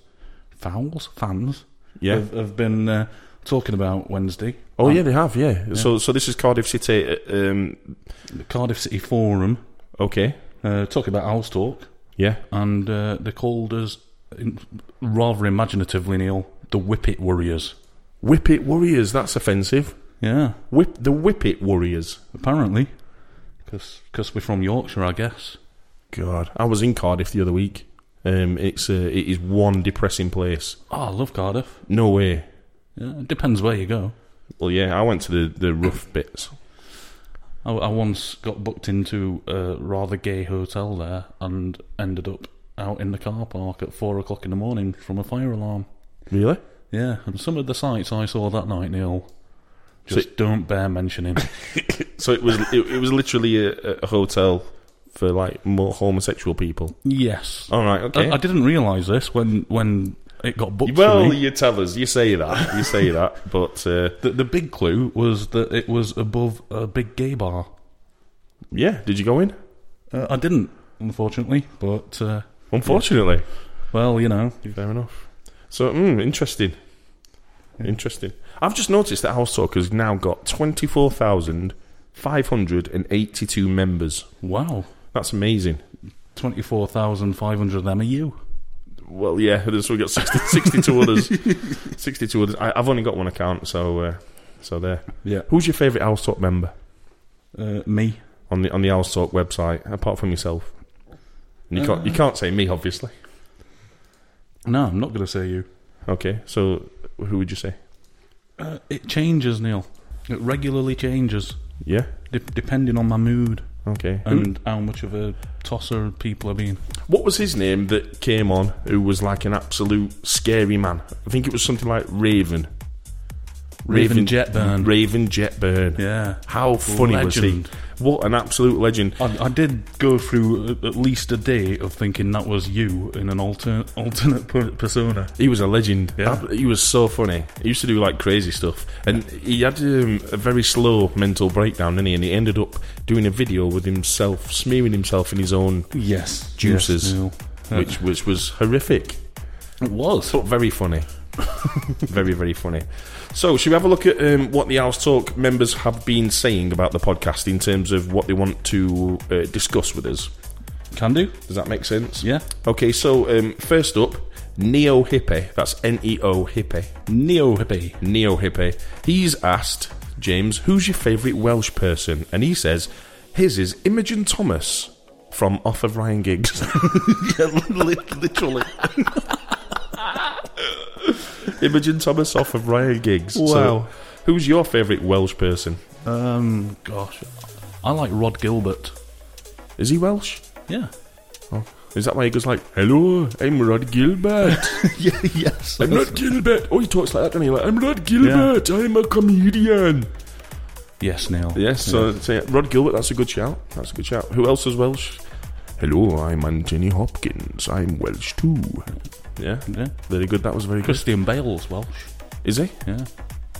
S2: Fowls fans.
S1: Yeah.
S2: Have, have been uh, talking about Wednesday.
S1: oh, yeah, they have, yeah. So so this is Cardiff City. uh, Um,
S2: The Cardiff City Forum
S1: okay,
S2: uh, talking about Owls Talk,
S1: yeah.
S2: and uh, they called us in, rather imaginatively, Neil, the Whippet Warriors.
S1: Whippet Warriors, that's offensive.
S2: Yeah.
S1: Whip The Whippet Warriors.
S2: Apparently, because we're from Yorkshire, I guess.
S1: God, I was in Cardiff the other week. Um, it's uh, It is one depressing place.
S2: Oh, I love Cardiff.
S1: No way.
S2: Yeah, it depends where you go.
S1: Well, yeah, I went to the, the rough bits.
S2: I, I once got booked into a rather gay hotel there and ended up out in the car park at four o'clock in the morning from a fire alarm.
S1: Really?
S2: Yeah, and some of the sights I saw that night, Neil,
S1: So-
S2: just don't bear mentioning.
S1: So it was it, it was literally a, a hotel for like more homosexual people.
S2: yes.
S1: All right, okay.
S2: I, I didn't realise this when when it got booked for
S1: Well,
S2: me.
S1: you tell us. You say that. You say that. But uh,
S2: The, the big clue was that it was above a big gay bar.
S1: yeah, did you go in?
S2: Uh, I didn't, unfortunately, but uh,
S1: Unfortunately,
S2: well, you know,
S1: fair enough. So, mm, interesting. Interesting. I've just noticed that House Talk has now got twenty four thousand five hundred and eighty two members.
S2: wow,
S1: That's amazing.
S2: twenty four thousand five hundred of them are you.
S1: Well, yeah, so we got 60, 62 others. Sixty-two others. I, I've only got one account, so uh, so there.
S2: Yeah,
S1: Who's your favourite House Talk member
S2: uh, me.
S1: on the on the House Talk website apart from yourself? And you can't
S2: Uh-huh.
S1: you can't say me, obviously.
S2: No, I'm not going to say you.
S1: Okay, so who would you say?
S2: Uh, it changes, Neil. It regularly changes
S1: Yeah.
S2: de- depending on my mood
S1: Okay.
S2: and how much of a tosser people are being.
S1: what was his name that came on who was like an absolute scary man? I think it was something like Raven.
S2: Raven Jetburn.
S1: Raven Jetburn.
S2: Yeah.
S1: How funny
S2: Legend.
S1: was he? What an absolute legend.
S2: I, I did go through a- at least a day of thinking that was you in an alter- alternate per- persona.
S1: He was a legend.
S2: Yeah.
S1: Ab- He was so funny. He used to do like crazy stuff, and he had um, a very slow mental breakdown, didn't he? And he ended up doing a video with himself smearing himself in his own
S2: Yes,
S1: juices,
S2: yes, Neil. Uh,
S1: which which was horrific,
S2: it was.
S1: but very funny. very very funny. So, should we have a look at um, what the House Talk members have been saying about the podcast in terms of what they want to uh, discuss with us?
S2: Can do.
S1: Does that make sense?
S2: Yeah.
S1: Okay, so um, first up, Neo Hippie. That's N E O Hippie.
S2: Neo hippie.
S1: Neo Hippie. He's asked, James, who's your favourite Welsh person? And he says, his is Imogen Thomas from Off of Ryan Giggs. yeah, li- literally. Imogen Thomas off of Ryan Giggs. So,
S2: Wow.
S1: who's your favourite Welsh person?
S2: Um, gosh, I like Rod Gilbert.
S1: Is he Welsh?
S2: Yeah.
S1: Oh. Is that why he goes like, hello, I'm Rod Gilbert.
S2: yeah yes.
S1: I'm Rod Gilbert. Oh, he talks like that, doesn't he? Like, I'm Rod Gilbert. I'm a comedian.
S2: Yes, Neil.
S1: Yes, so, so yeah, Rod Gilbert, that's a good shout. That's a good shout. Who else is Welsh? Hello, I'm Anthony Hopkins. I'm Welsh too. Yeah,
S2: Yeah.
S1: very good. That was very good.
S2: Christian Bale's Welsh.
S1: Is he?
S2: Yeah.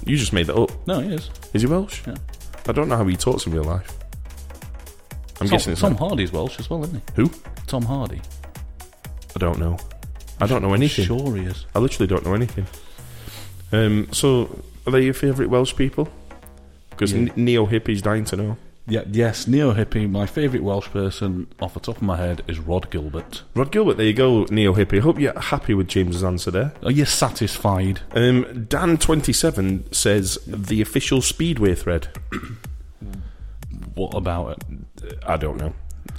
S1: You just made that up.
S2: No, he is.
S1: Is he Welsh?
S2: Yeah.
S1: I don't know how he talks in real life. I'm guessing
S2: Tom,
S1: it's
S2: Tom
S1: like-
S2: Hardy's Welsh as well, isn't he?
S1: who?
S2: Tom Hardy.
S1: I don't know. I don't know anything.
S2: Sure he is.
S1: I literally don't know anything. Um, so are they your favourite Welsh people? Because
S2: Yeah.
S1: neo hippies dying to know.
S2: Yeah, yes, Neo hippie. My favourite Welsh person off the top of my head is Rod Gilbert.
S1: Rod Gilbert, there you go, neo hippie. Hope you're happy with James's answer there.
S2: Are you satisfied?
S1: Um, Dan27 says the official Speedway thread.
S2: What about it?
S1: I don't know.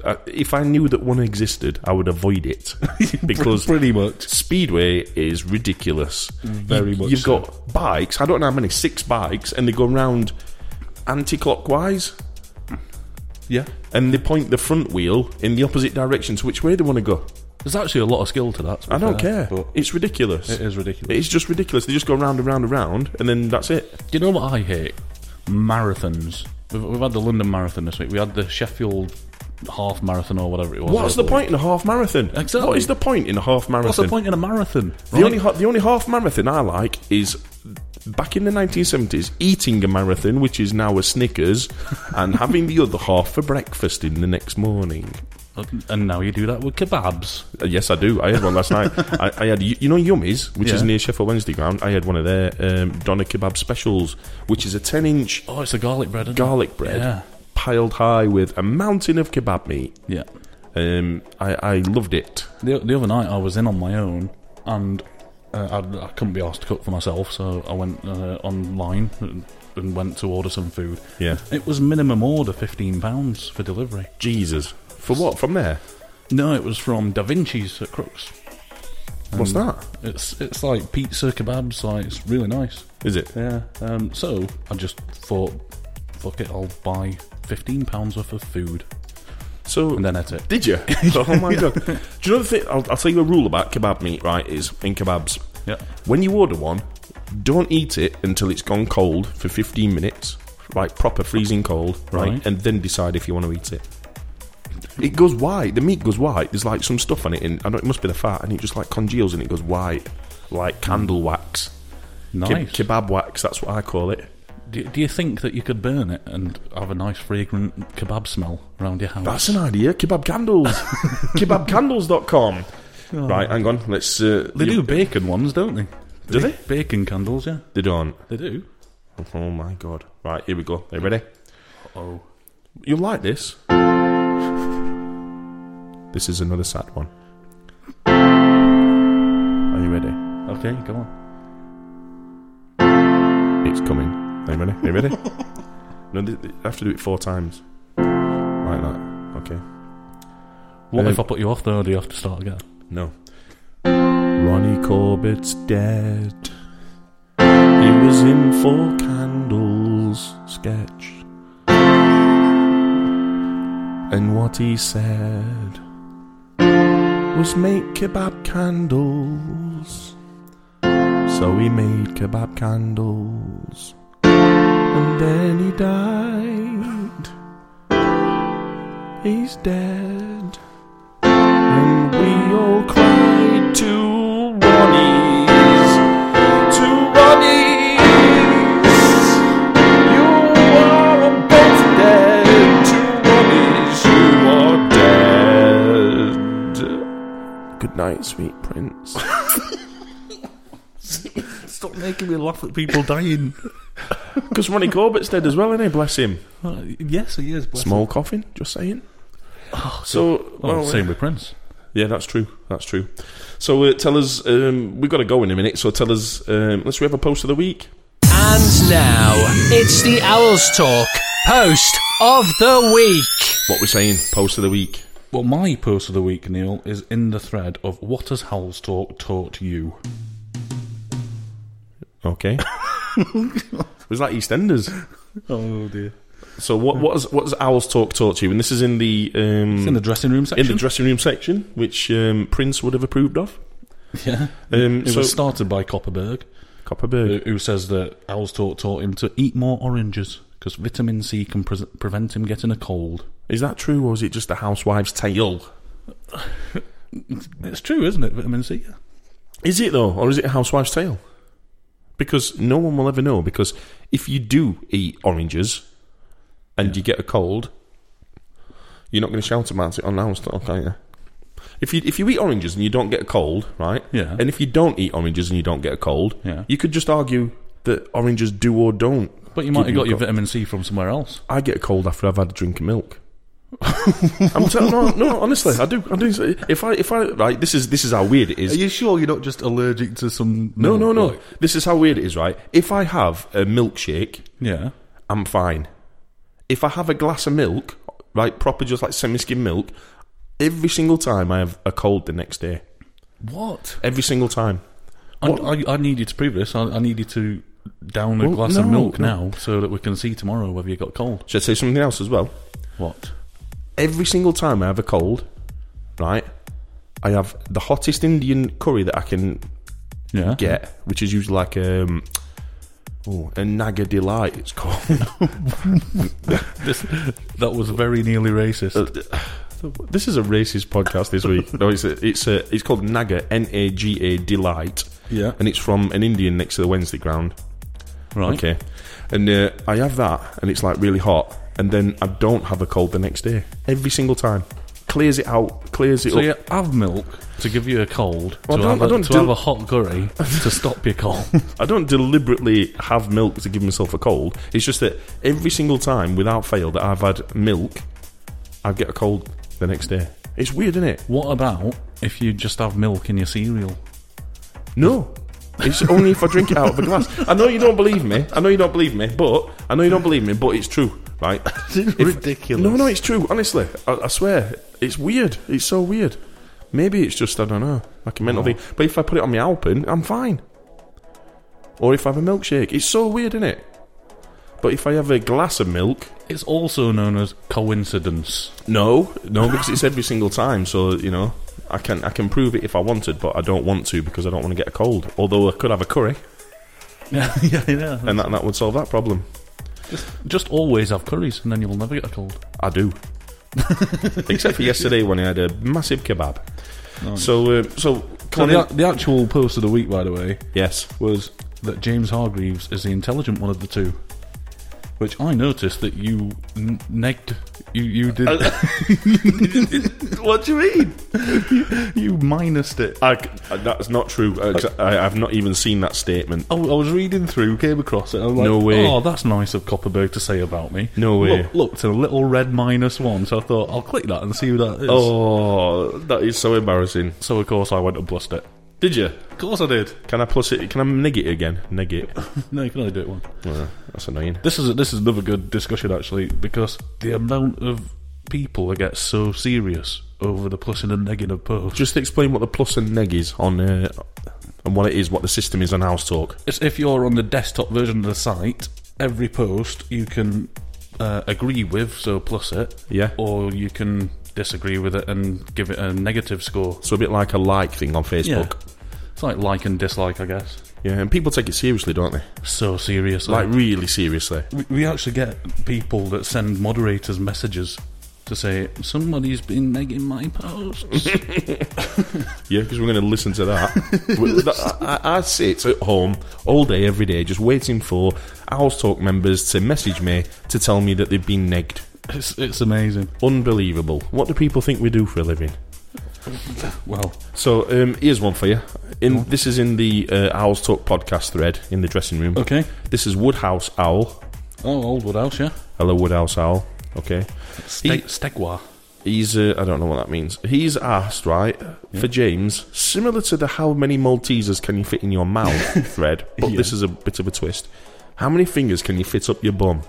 S1: Uh, if I knew that one existed, I would avoid it because
S2: Pretty much.
S1: Speedway is ridiculous.
S2: Very much
S1: You've
S2: so.
S1: got bikes. I don't know how many six bikes, and they go round anti-clockwise,
S2: Yeah.
S1: and they point the front wheel in the opposite direction to which way they want to go.
S2: There's actually a lot of skill to that. to be
S1: I don't
S2: fair,
S1: care.
S2: But
S1: It's ridiculous.
S2: it is ridiculous.
S1: It's just ridiculous. They just go round and round and round, and then that's it.
S2: Do you know what I hate? Marathons. We've, we've had the London Marathon this week. We had the Sheffield half marathon or whatever it was.
S1: What's the
S2: Whatever.
S1: point in a half marathon?
S2: Exactly.
S1: What is the point in a half marathon?
S2: What's the point in a marathon?
S1: The only ha- the only half marathon I like is back in the 1970s eating a marathon, which is now a Snickers, and having the other half for breakfast in the next morning.
S2: and now you do that with kebabs.
S1: Uh, Yes, I do. I had one last night. I, I had you you know Yummies, which is
S2: Yeah.
S1: near Sheffield Wednesday ground. I had one of their um, doner kebab specials, which is a 10 inch
S2: Oh, it's the garlic bread. Isn't
S1: garlic
S2: it?
S1: bread
S2: Yeah.
S1: piled high with a mountain of kebab meat.
S2: Yeah.
S1: Um, I, I loved it.
S2: The, the other night I was in on my own and uh, I, I couldn't be asked to cook for myself, so I went uh, online and, and went to order some food.
S1: Yeah.
S2: It was minimum order fifteen pounds for delivery.
S1: Jesus, for what? From there?
S2: No, it was from Da Vinci's at Crooks.
S1: What's
S2: Mm.
S1: that?
S2: It's it's like pizza kebabs. Like it's really nice.
S1: Is it?
S2: Yeah. Um, so I just thought, fuck it, I'll buy fifteen pounds worth of food
S1: So
S2: and then eat it.
S1: Did you? oh my god! Do you know the thing? I'll, I'll tell you a rule about kebab meat. Right, is in kebabs.
S2: Yeah.
S1: When you order one, don't eat it until it's gone cold for 15 minutes, like proper freezing cold, right?
S2: Right.
S1: And then decide if you want to eat it. It goes white. The meat goes white. There's like some stuff on it, and I don't. It must be the fat, and it just like congeals, and it goes white. like candle wax, Ke-
S2: Mm. Nice.
S1: kebab wax. That's what I call it.
S2: do, do you think that you could burn it and have a nice fragrant kebab smell around your house?
S1: That's an idea. Kebab candles. Kebabcandles.com. Right, hang on. Let's. Uh,
S2: Oh. They
S1: you-
S2: do bacon ones, don't they?
S1: Do
S2: Ba- Bacon candles, yeah.
S1: They don't.
S2: They do.
S1: Oh my god. Right, here we go. Are you ready?
S2: Oh.
S1: You'll like this. This is another sad one. Are you ready?
S2: Okay, go on.
S1: It's coming. Are you ready? Are you ready? no, th- th- I have to do it four times. Like that. Okay.
S2: What
S1: Um,
S2: if I put you off though? Do you have to start again?
S1: No. Ronnie Corbett's dead. He was in Four Candles sketch. And what he said was make kebab candles. So he made kebab candles. And then he died. He's dead. And we all cried to Ronnie's, to Ronnie's. You are both dead, to Ronnie's, you are dead. Good night, sweet prince.
S2: Stop making me laugh at people dying.
S1: Because Ronnie Corbett's dead as well, isn't he? Bless him.
S2: yes, he is. bless
S1: Small coffin, just saying. so,
S2: him. Well, Oh, same with Prince.
S1: Yeah, that's true. That's true. So uh, tell us, um, we've got to go in a minute. So tell us, um, let's we have a post of the week.
S4: And now it's the Owls Talk post of the week.
S1: What we're saying, post of the week.
S2: Well, my post of the week, Neil, is in the thread of what has Howl's Talk taught you?
S1: Okay. it was like EastEnders.
S2: Oh dear.
S1: So what what is what does Owls Talk taught you? And this is in the um,
S2: In the dressing room
S1: in
S2: section.
S1: the dressing room section, which um, Prince would have approved of.
S2: yeah.
S1: Um,
S2: It
S1: so
S2: was Uh, started by Copperberg, who
S1: Copperberg.
S2: who says that Owl's Talk taught him to eat more oranges because vitamin C can pre- prevent him getting a cold.
S1: Is that true, or is it just a housewife's tale?
S2: It's true, isn't it? Vitamin C.
S1: Is it though, or is it a housewife's tale? Because no one will ever know. Because if you do eat oranges and you get a cold, you're not going to shout about it on the house talk, are you? If you if you eat oranges and you don't get a cold, right?
S2: Yeah.
S1: And if you don't eat oranges and you don't get a cold,
S2: Yeah.
S1: you could just argue that oranges do or don't.
S2: But you might
S1: give
S2: have got
S1: a
S2: your
S1: cold.
S2: vitamin C from somewhere else.
S1: I get a cold after I've had a drink of milk. I'm telling no, no, honestly, I do. I do. If I if I right, this is this is how weird it is.
S8: Are you sure you're not just allergic to some?
S1: No, no,
S8: milk,
S1: no.
S8: like-
S1: This is how weird it is, right? If I have a milkshake,
S2: Yeah.
S1: I'm fine. If I have a glass of milk, right, proper just like semi-skim milk, every single time I have a cold the next day.
S2: What?
S1: Every single time.
S2: I,
S1: What?
S2: I, I need you to prove this. I, I need you to down a
S1: Well,
S2: glass of
S1: no,
S2: milk
S1: no.
S2: now so that we can see tomorrow whether you got cold.
S1: Should I say something else as well?
S2: What?
S1: Every single time I have a cold, right, I have the hottest Indian curry that I can
S2: Yeah.
S1: get, which is usually like um, oh, a Naga delight. It's called.
S2: This, that was very nearly racist.
S1: This is a racist podcast this week. no, it's a, it's a, it's called Naga N A G A Delight.
S2: Yeah.
S1: and it's from an Indian next to the Wednesday ground.
S2: right.
S1: Okay, and uh, I have that, and it's like really hot, and then I don't have a cold the next day. Every single time, clears it out, clears it
S2: So
S1: up.
S2: you have milk to give you a cold,
S1: Well, I
S2: to,
S1: don't-
S2: have, a,
S1: I don't
S2: to
S1: do-
S2: have a hot curry to stop your cold.
S1: I don't deliberately have milk to give myself a cold. It's just that every single time, without fail, that I've had milk, I get a cold the next day. It's weird, isn't it?
S2: what about if you just have milk in your cereal?
S1: No. It's only if I drink it out of a glass. I know you don't believe me. I know you don't believe me, but I know you don't believe me, but it's true, right?
S8: ridiculous.
S1: No, no, it's true. Honestly, I, I swear, it's weird. It's so weird. Maybe it's just I don't know, like a mental thing. But if I put it on my Alpen, I'm fine. Or if I have a milkshake, it's so weird, isn't it? But if I have a glass of milk,
S2: It's also known as coincidence.
S1: no, no, because it's every single time. So you know, I can I can prove it if I wanted, but I don't want to because I don't want to get a cold. Although I could have a curry,
S2: yeah, yeah, yeah.
S1: and that that would solve that problem.
S2: Just always have curries, and then you'll never get a cold.
S1: I do. Except for yesterday when I had a massive kebab. So, uh, so
S2: So the, the actual post of the week, by the way,
S1: Yes.
S2: was that James Hargreaves is the intelligent one of the two. Which I noticed that you n- negged. You, you did.
S1: Uh, What do you mean?
S2: you minused it.
S1: I c- uh, that's not true. Uh, 'cause I, I've not even seen that statement.
S2: I, I was reading through, came across it, and I was like,
S1: No way.
S2: oh, that's nice of Copperberg to say about me.
S1: No way.
S2: Look, looked at a little red minus one, so I thought, I'll click that and see who that is.
S1: Oh, that is so embarrassing.
S2: So, of course, I went and blushed it.
S1: Did you?
S2: Of course I did.
S1: Can I plus it? Can I neg it again? Neg it.
S2: No, you can only do it once.
S1: Well, that's annoying.
S2: This is this is another good discussion actually because the amount of people that get so serious over the plussing and negging of posts.
S1: Just explain what the plus and neg is on, uh, and what it is, what the system is on House Talk.
S2: It's if you're on the desktop version of the site, every post you can uh, agree with, so plus it,
S1: Yeah.
S2: or you can disagree with it and give it a negative score.
S1: So a bit like a like thing on Facebook.
S2: It's like like and dislike, I guess.
S1: Yeah, and people take it seriously, don't they?
S2: So seriously,
S1: Like really seriously.
S2: We- We actually get people that send moderators messages to say somebody's been negging my posts.
S1: Yeah, because we're going to listen to that. We- that- I, I sit at home all day, every day, just waiting for House Talk members to message me to tell me that they've been negged.
S2: it's, it's amazing.
S1: Unbelievable. What do people think we do for a living?
S2: Well,
S1: So um, here's one for you. In this is in the uh, Owls Talk podcast thread in the dressing room.
S2: Okay.
S1: This is Woodhouse Owl.
S2: oh, old Woodhouse, yeah.
S1: Hello, Woodhouse Owl. Okay.
S2: Ste- Stegwa.
S1: He's uh, I don't know what that means. He's asked right for James, similar to the how many Maltesers can you fit in your mouth thread, but this is a bit of a twist. How many fingers can you fit up your bum?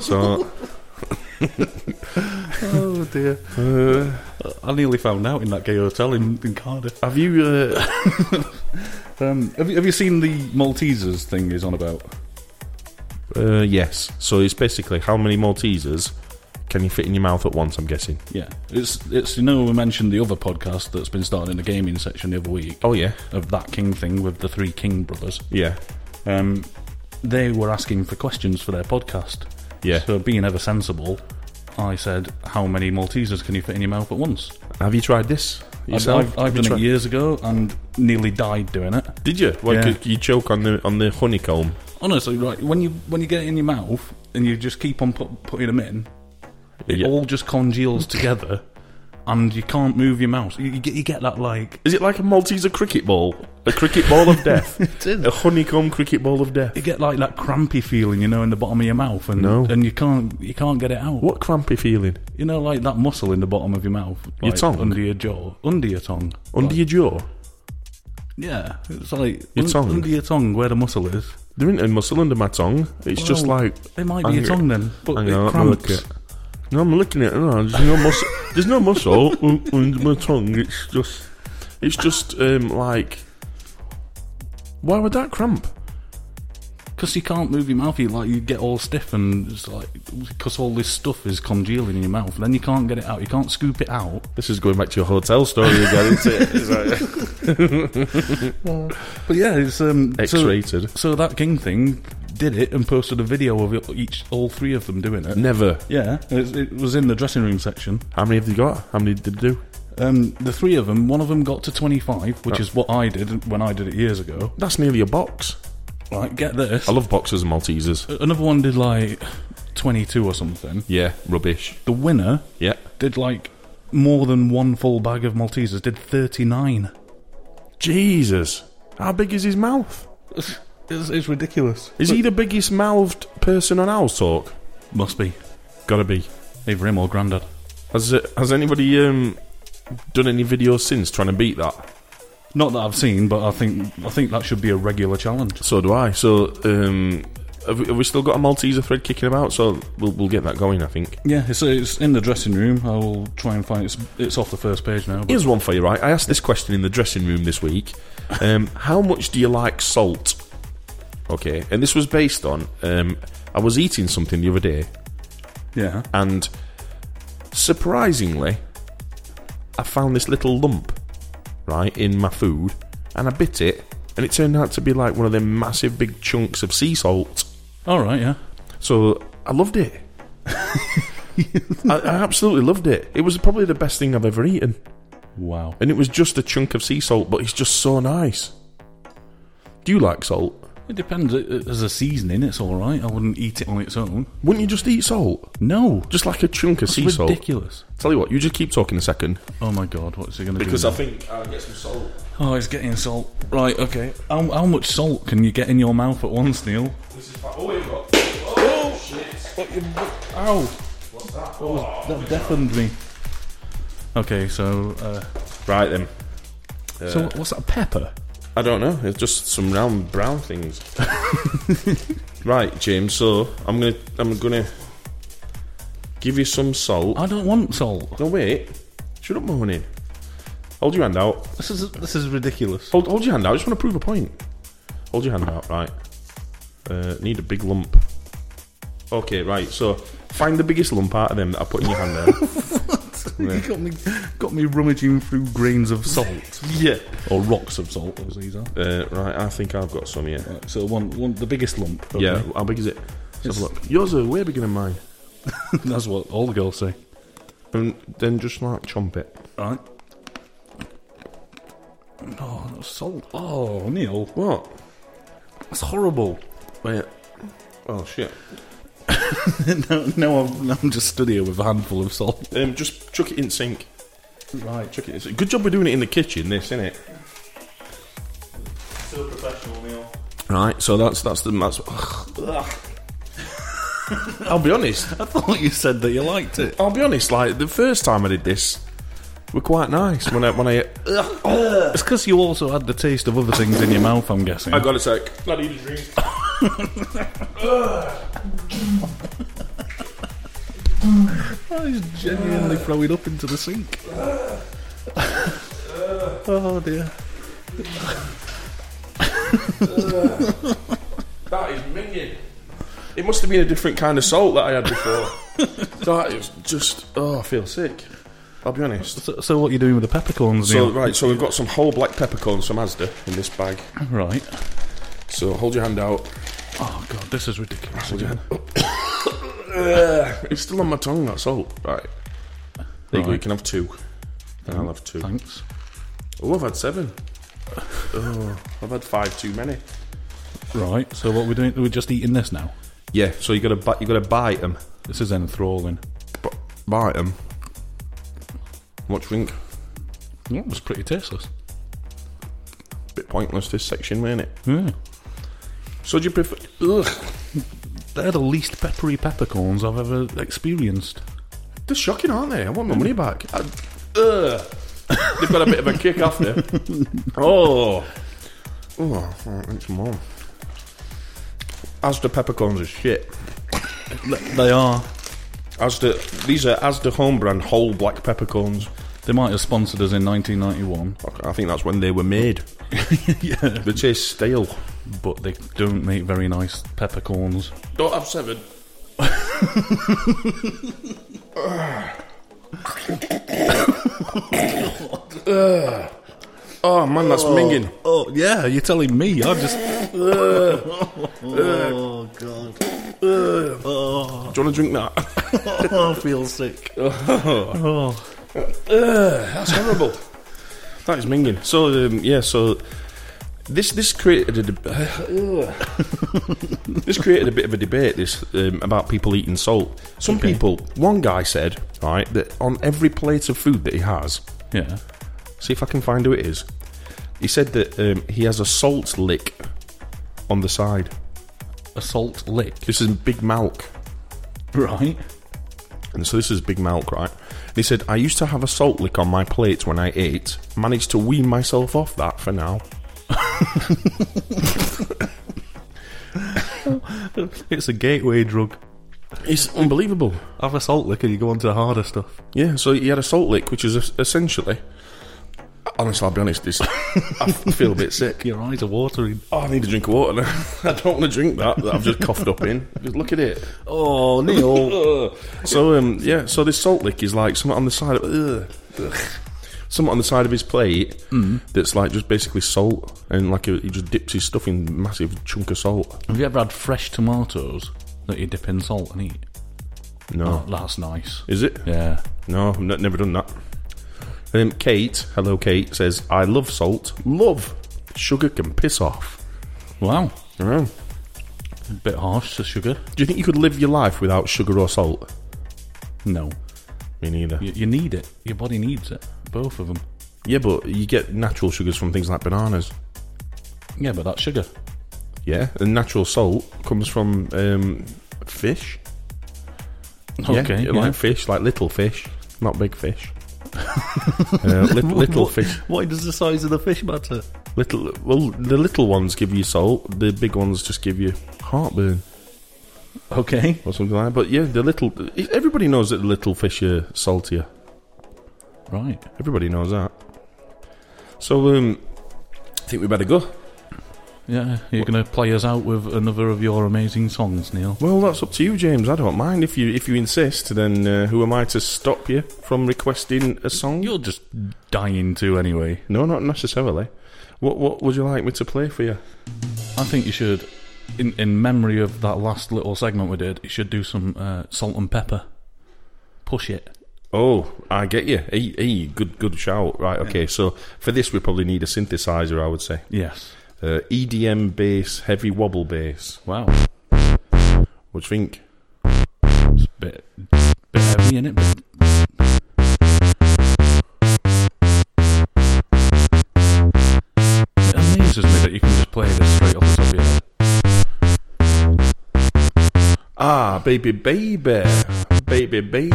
S1: so
S2: Oh dear. I nearly found out in that gay hotel in, in Cardiff.
S1: have you? Uh,
S2: Um, have, you, have you seen the Maltesers thing is on about?
S1: uh, yes. So it's basically how many Maltesers can you fit in your mouth at once? I'm guessing.
S2: Yeah, it's it's you know we mentioned the other podcast that's been started in the gaming section the other week
S1: Oh yeah,
S2: of that King thing with the three King brothers.
S1: yeah.
S2: Um, they were asking for questions for their podcast.
S1: Yeah.
S2: So being ever sensible, I said, "How many Maltesers can you fit in your mouth at once?"
S1: Have you tried this?
S2: I've,
S1: yourself?
S2: I've, I've
S1: Have you
S2: done it
S1: tried-
S2: years ago and nearly died doing it.
S1: Did you? Why
S2: Yeah.
S1: could you choke on the on the honeycomb?
S2: Honestly, right when you when you get it in your mouth and you just keep on put, putting them in, it
S1: Yeah.
S2: all just congeals together, and you can't move your mouth. You, you get you get that like
S1: Is it like a Malteser cricket ball? A cricket ball of death. it is. A honeycomb cricket ball of death.
S2: you get like that crampy feeling, you know, in the bottom of your mouth, and
S1: No.
S2: and you can't you can't get it out.
S1: What crampy feeling
S2: You know, like that muscle in the bottom of your mouth,
S1: Your
S2: like,
S1: tongue?
S2: under your jaw, under your tongue,
S1: under your jaw?
S2: yeah, it's like
S1: Your tongue?
S2: under your tongue where the muscle is.
S1: There ain't a muscle under my tongue. It's just
S2: Well,
S1: like
S2: it might be your tongue then, but
S1: hang
S2: it
S1: on, let me
S2: cramps.
S1: look at- No, I'm looking at it. No, there's no muscle. there's no muscle un- under my tongue. It's just, it's just um, like. Why would that cramp?
S2: Because you can't move your mouth, you like you get all stiff and it's like because all this stuff is congealing in your mouth. Then you can't get it out. You can't scoop it out.
S1: This is going back to your hotel story again. Isn't it? It's like-
S2: But yeah, it's um so-
S1: X-rated.
S2: So, that King thing did it and posted a video of it- each all three of them doing it.
S1: Never.
S2: Yeah, it, it was in the dressing room section.
S1: How many have you got? How many did you do?
S2: Um, the three of them, one of them got to 25, which is what I did when I did it years ago.
S1: That's nearly a box. Uh.
S2: Like, get this.
S1: I love boxers and Maltesers.
S2: Another one did like 22 or something.
S1: Yeah, rubbish.
S2: The winner
S1: Yeah.
S2: did like more than one full bag of Maltesers, did 39.
S1: Jesus. How big is his mouth?
S2: It's, it's, it's ridiculous.
S1: Is he the biggest mouthed person on Owl's Talk?
S2: Must be.
S1: Gotta be.
S2: Either him or Grandad.
S1: Has uh, has anybody um, done any videos since trying to beat that?
S2: Not that I've seen, but I think I think that should be a regular challenge.
S1: So do I. So um, have, we, have we still got a Malteser thread kicking about? So we'll, we'll get that going, I think.
S2: Yeah, it's, it's in the dressing room. I will try and find it's it's off the first page now. But
S1: Here's one for you, right? I asked this question in the dressing room this week. Um, how much do you like salt? Okay, and this was based on um, I was eating something the other day
S2: yeah,
S1: and surprisingly, I found this little lump, right, in my food, and I bit it, and it turned out to be like one of them massive big chunks of sea salt.
S2: all right, yeah.
S1: So I loved it. I, I absolutely loved it. It was probably the best thing I've ever eaten.
S2: Wow.
S1: And it was just a chunk of sea salt, but it's just so nice. Do you like salt?
S2: It depends. It- it- As a seasoning, it's all right. I wouldn't eat it on its own.
S1: Wouldn't you just eat salt?
S2: No.
S1: Just like a chunk of
S2: That's
S1: sea salt.
S2: ridiculous.
S1: Tell you what, you just keep talking a second.
S2: Oh my god, what's it going to do?
S1: Because I
S2: now?
S1: think I'll get some salt.
S2: Oh, it's getting salt. Right, okay. How, how much salt can you get in your mouth at once, Neil?
S1: This is fine. Oh, here we go. Oh, shit.
S2: What, ow! What's that? Oh, that deafened me. Okay, so. Uh,
S1: Right then.
S2: so, what's that? Pepper?
S1: I don't know. It's just some round brown things. right, James. So I'm gonna I'm gonna give you some salt.
S2: I don't want salt.
S1: No wait. Shut up, Mahoney. Hold your hand out.
S8: This is this is ridiculous.
S1: Hold hold your hand out. I just want to prove a point. Hold your hand out. Right. Uh, need a big lump. Okay. Right. So find the biggest lump out of them that I put in your hand there.
S8: You got me, got me rummaging through grains of salt
S1: yeah.
S2: Or rocks of salt, as these are.
S1: Uh, right. I think I've got some. Yeah.
S2: Right, so, one, one, the biggest lump. okay?
S1: Yeah. How big is it? Let's
S2: It's-
S1: have a look. Yours are way bigger than mine.
S2: That's what all the girls say.
S1: And then just like chomp it.
S2: Right. Oh, salt. Oh, Neil.
S1: What?
S2: That's horrible.
S1: Wait. Oh shit.
S2: no, no I'm, I'm just stood here with a handful of salt.
S1: Um, just chuck it in sink.
S2: Right,
S1: Chuck it in sink. Good job we're doing it in the kitchen. This, isn't it?
S8: Still professional, Neil.
S1: Right. So that's that's the that's. I'll be honest.
S2: I thought you said that you liked it.
S1: I'll be honest. Like the first time I did this, were quite nice. When I when I
S2: It's because you also had the taste of other things in your mouth, I'm guessing.
S1: I got a sec. Bloody drink.
S2: I was Oh, genuinely throwing up into the sink. oh dear.
S1: That is minging. It must have been a different kind of salt that I had before. that is just. Oh, I feel sick. I'll be honest.
S2: So, so what are you doing with the peppercorns,
S1: So
S2: Neil?
S1: right, so we've got some whole black peppercorns from Asda in this bag.
S2: right.
S1: So hold your hand out.
S2: Oh god, this is ridiculous. again.
S1: It's still on my tongue. That's all. Right. There you go. You can have two. And I'll have two.
S2: Thanks.
S1: Oh, I've had seven. Oh, I've had five too many.
S2: Right. So what we're doing? We're just eating this now.
S1: Yeah. So you gotta bite. You gotta bite them.
S2: This is enthralling.
S1: bite them. What do you think?
S2: That was pretty tasteless.
S1: Bit pointless this section, weren't it?
S2: Yeah.
S1: So do you prefer? Ugh.
S2: They're the least peppery peppercorns I've ever experienced.
S1: They're shocking, aren't they? I want my money back. I, Mm. ugh. They've got a bit of a kick after. Oh. Oh, it's more. Asda peppercorns are shit.
S2: They are.
S1: Asda, these are Asda home brand whole black peppercorns.
S2: They might have sponsored us in 1991,
S1: I think that's when they were made. yeah. They taste stale.
S2: but they don't make very nice peppercorns.
S1: Don't have seven. Ugh. Oh man, that's minging.
S2: Oh yeah, you're telling me. I've just
S1: Do you want to drink that?
S8: I feel sick.
S1: That's horrible. that is minging. So um, yeah, so this this created a deb- this created a bit of a debate this um, about people eating salt. Some people, one guy said, right, that on every plate of food that he has,
S2: yeah.
S1: see if I can find who it is. He said that um, he has a salt lick on the side.
S2: A salt lick,
S1: This is Big Malk.
S2: right?
S1: And so this is Big Malk, right? And he said, I used to have a salt lick on my plate when I ate. Managed to wean myself off that for now.
S2: It's a gateway drug.
S1: It's unbelievable.
S8: Have a salt lick and you go on to the harder stuff.
S1: Yeah, so he had a salt lick, which is es- essentially. Honestly, I'll be honest, this, I f- feel a bit sick.
S2: Your eyes are watering.
S1: Oh, I need a drink of water now. I don't want to drink that that I've just coughed up in. Just look at it.
S2: Oh, Neil.
S1: Ugh. So, um, yeah, so this salt lick is like something on the side of. Ugh. Ugh. Something on the side of his plate
S2: Mm.
S1: that's like just basically salt, and like he he just dips his stuff in massive chunk of salt.
S2: Have you ever had fresh tomatoes that you dip in salt and eat? Oh,
S1: No,
S2: That's nice.
S1: is it?
S2: Yeah.
S1: No, I've n- never done that. Um, Kate, hello Kate, says, I love salt. Love. Sugar can piss off.
S2: Wow.
S1: I
S2: Mm.
S1: know.
S2: A bit harsh to sugar.
S1: Do you think you could live your life without sugar or salt?
S2: No.
S1: Me neither.
S2: You, you need it. Your body needs it. Both of them.
S1: Yeah, but you get natural sugars from things like bananas.
S2: Yeah, but that's sugar.
S1: Yeah, and natural salt comes from um, fish. Yeah,
S2: Okay.
S1: yeah,
S2: yeah.
S1: like fish, like little fish, not big fish. uh, lit- little fish,
S8: Why does the size of the fish matter?
S1: little. Well, the little ones give you salt. The big ones just give you heartburn
S2: Okay.
S1: or something like that. But yeah, the little. e, Everybody knows that the little fish are saltier.
S2: Right.
S1: Everybody knows that. So, um, I think we better go.
S2: Yeah. You're going to play us out with another of your amazing songs, Neil.
S1: Well, that's up to you, James. I don't mind if you if you insist. Then uh, who am I to stop you from requesting a song?
S2: You're just dying to anyway.
S1: No, not necessarily. What what would you like me to play for you?
S2: I think you should, in in memory of that last little segment we did, you should do some uh, salt and pepper. Push it.
S1: Oh, I get you. Hey, hey, good good shout. Right, okay. So for this, we probably need a synthesizer. I would say
S2: Yes.
S1: uh, EDM bass, heavy wobble bass.
S2: Wow.
S1: What do you think?
S2: It's a bit, bit heavy in it. It amazes me that you can just play this straight off the top of your head.
S1: Ah, baby, baby, baby, baby.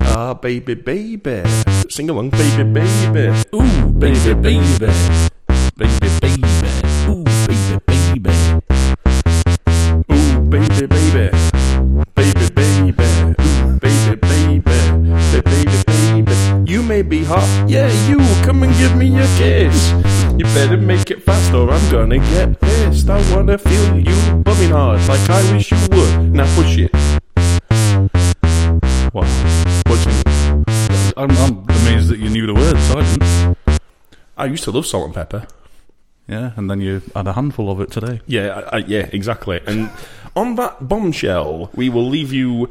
S1: Ah, baby, baby. Sing along, baby, baby.
S2: Ooh, baby, baby. Baby, baby. Ooh, baby, baby.
S1: Ooh, baby, baby. Baby, baby. Ooh, baby, baby. Baby, baby, baby. You may be hot. Yeah, you. Come and give me a kiss. You better make it fast or I'm gonna get pissed. I wanna feel you bumming hard like I wish you would. Now push it. What? What do you think?
S2: I'm, I'm amazed that you knew the words, Sergeant.
S1: I used to love salt and pepper.
S2: Yeah, and then you had a handful of it today.
S1: Yeah, I, I, yeah, exactly. And on that bombshell, we will leave you.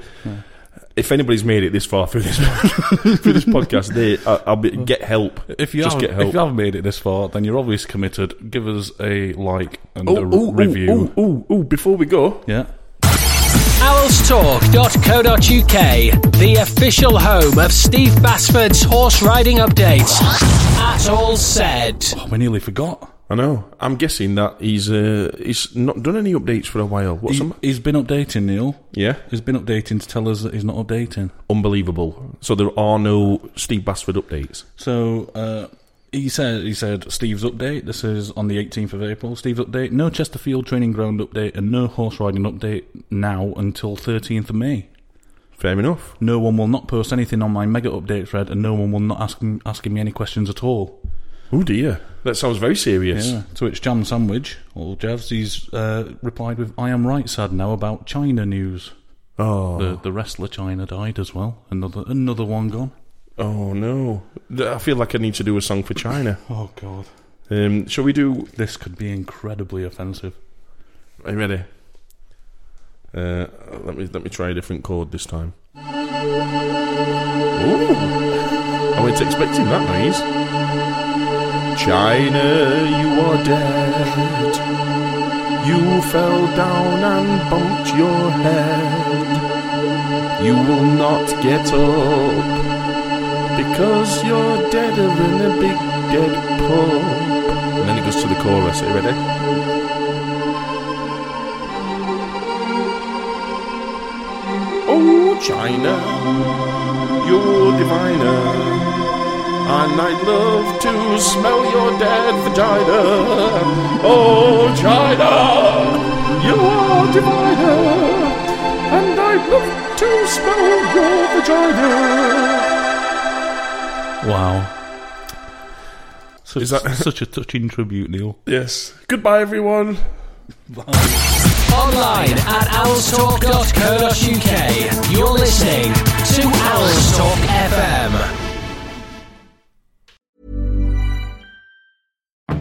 S1: If anybody's made it this far through this through this podcast, they, I, I'll be, get help.
S2: If you,
S1: just
S2: have,
S1: get help.
S2: if you haven't made it this far, then you're obviously committed. Give us a like and a
S1: oh, oh,
S2: review.
S1: oh, oh, oh, oh, before we go,
S2: Yeah.
S4: Owlstalk.co.uk, the official home of Steve Basford's horse riding updates. At all said.
S2: Oh, we nearly forgot.
S1: I know. I'm guessing that he's uh, he's not done any updates for a while. What's
S2: He,
S1: the ma-
S2: he's been updating, Neil.
S1: yeah,
S2: He's been updating to tell us that he's not updating.
S1: unbelievable. So there are no Steve Basford updates.
S2: So uh, he said, he said, Steve's update. This is on the 18th of April. Steve's update. No Chesterfield training ground update and no horse riding update now until 13th of May.
S1: Fair enough.
S2: No one will not post anything on my mega update thread, and no one will not ask him, asking me any questions at all.
S1: Oh dear, that sounds very serious.
S2: Yeah. To which Jam Sandwich, or Javs, he's uh, replied with, "I am right sad now about China news.
S1: Oh,
S2: The the wrestler China died as well. Another another one gone.
S1: oh no. I feel like I need to do a song for China.
S2: Oh God,
S1: Um, shall we do?
S2: this could be incredibly offensive.
S1: Are you ready? Uh, let me let me try a different chord this time. Ooh. I was expecting that noise. China, you are dead. You fell down and bumped your head. You will not get up because you're deader than a big dead pub. And then it goes to the chorus. Are you ready? Oh, China, you're diviner. And I'd love to smell your dead vagina. Oh, China, you're diviner. And I'd love to smell your vagina.
S2: Wow. Such,
S1: Is that-
S2: such a touching tribute, Neil?
S1: Yes. Goodbye, everyone.
S4: Online at owlstalk.co.uk. You're listening to Owls Talk FM.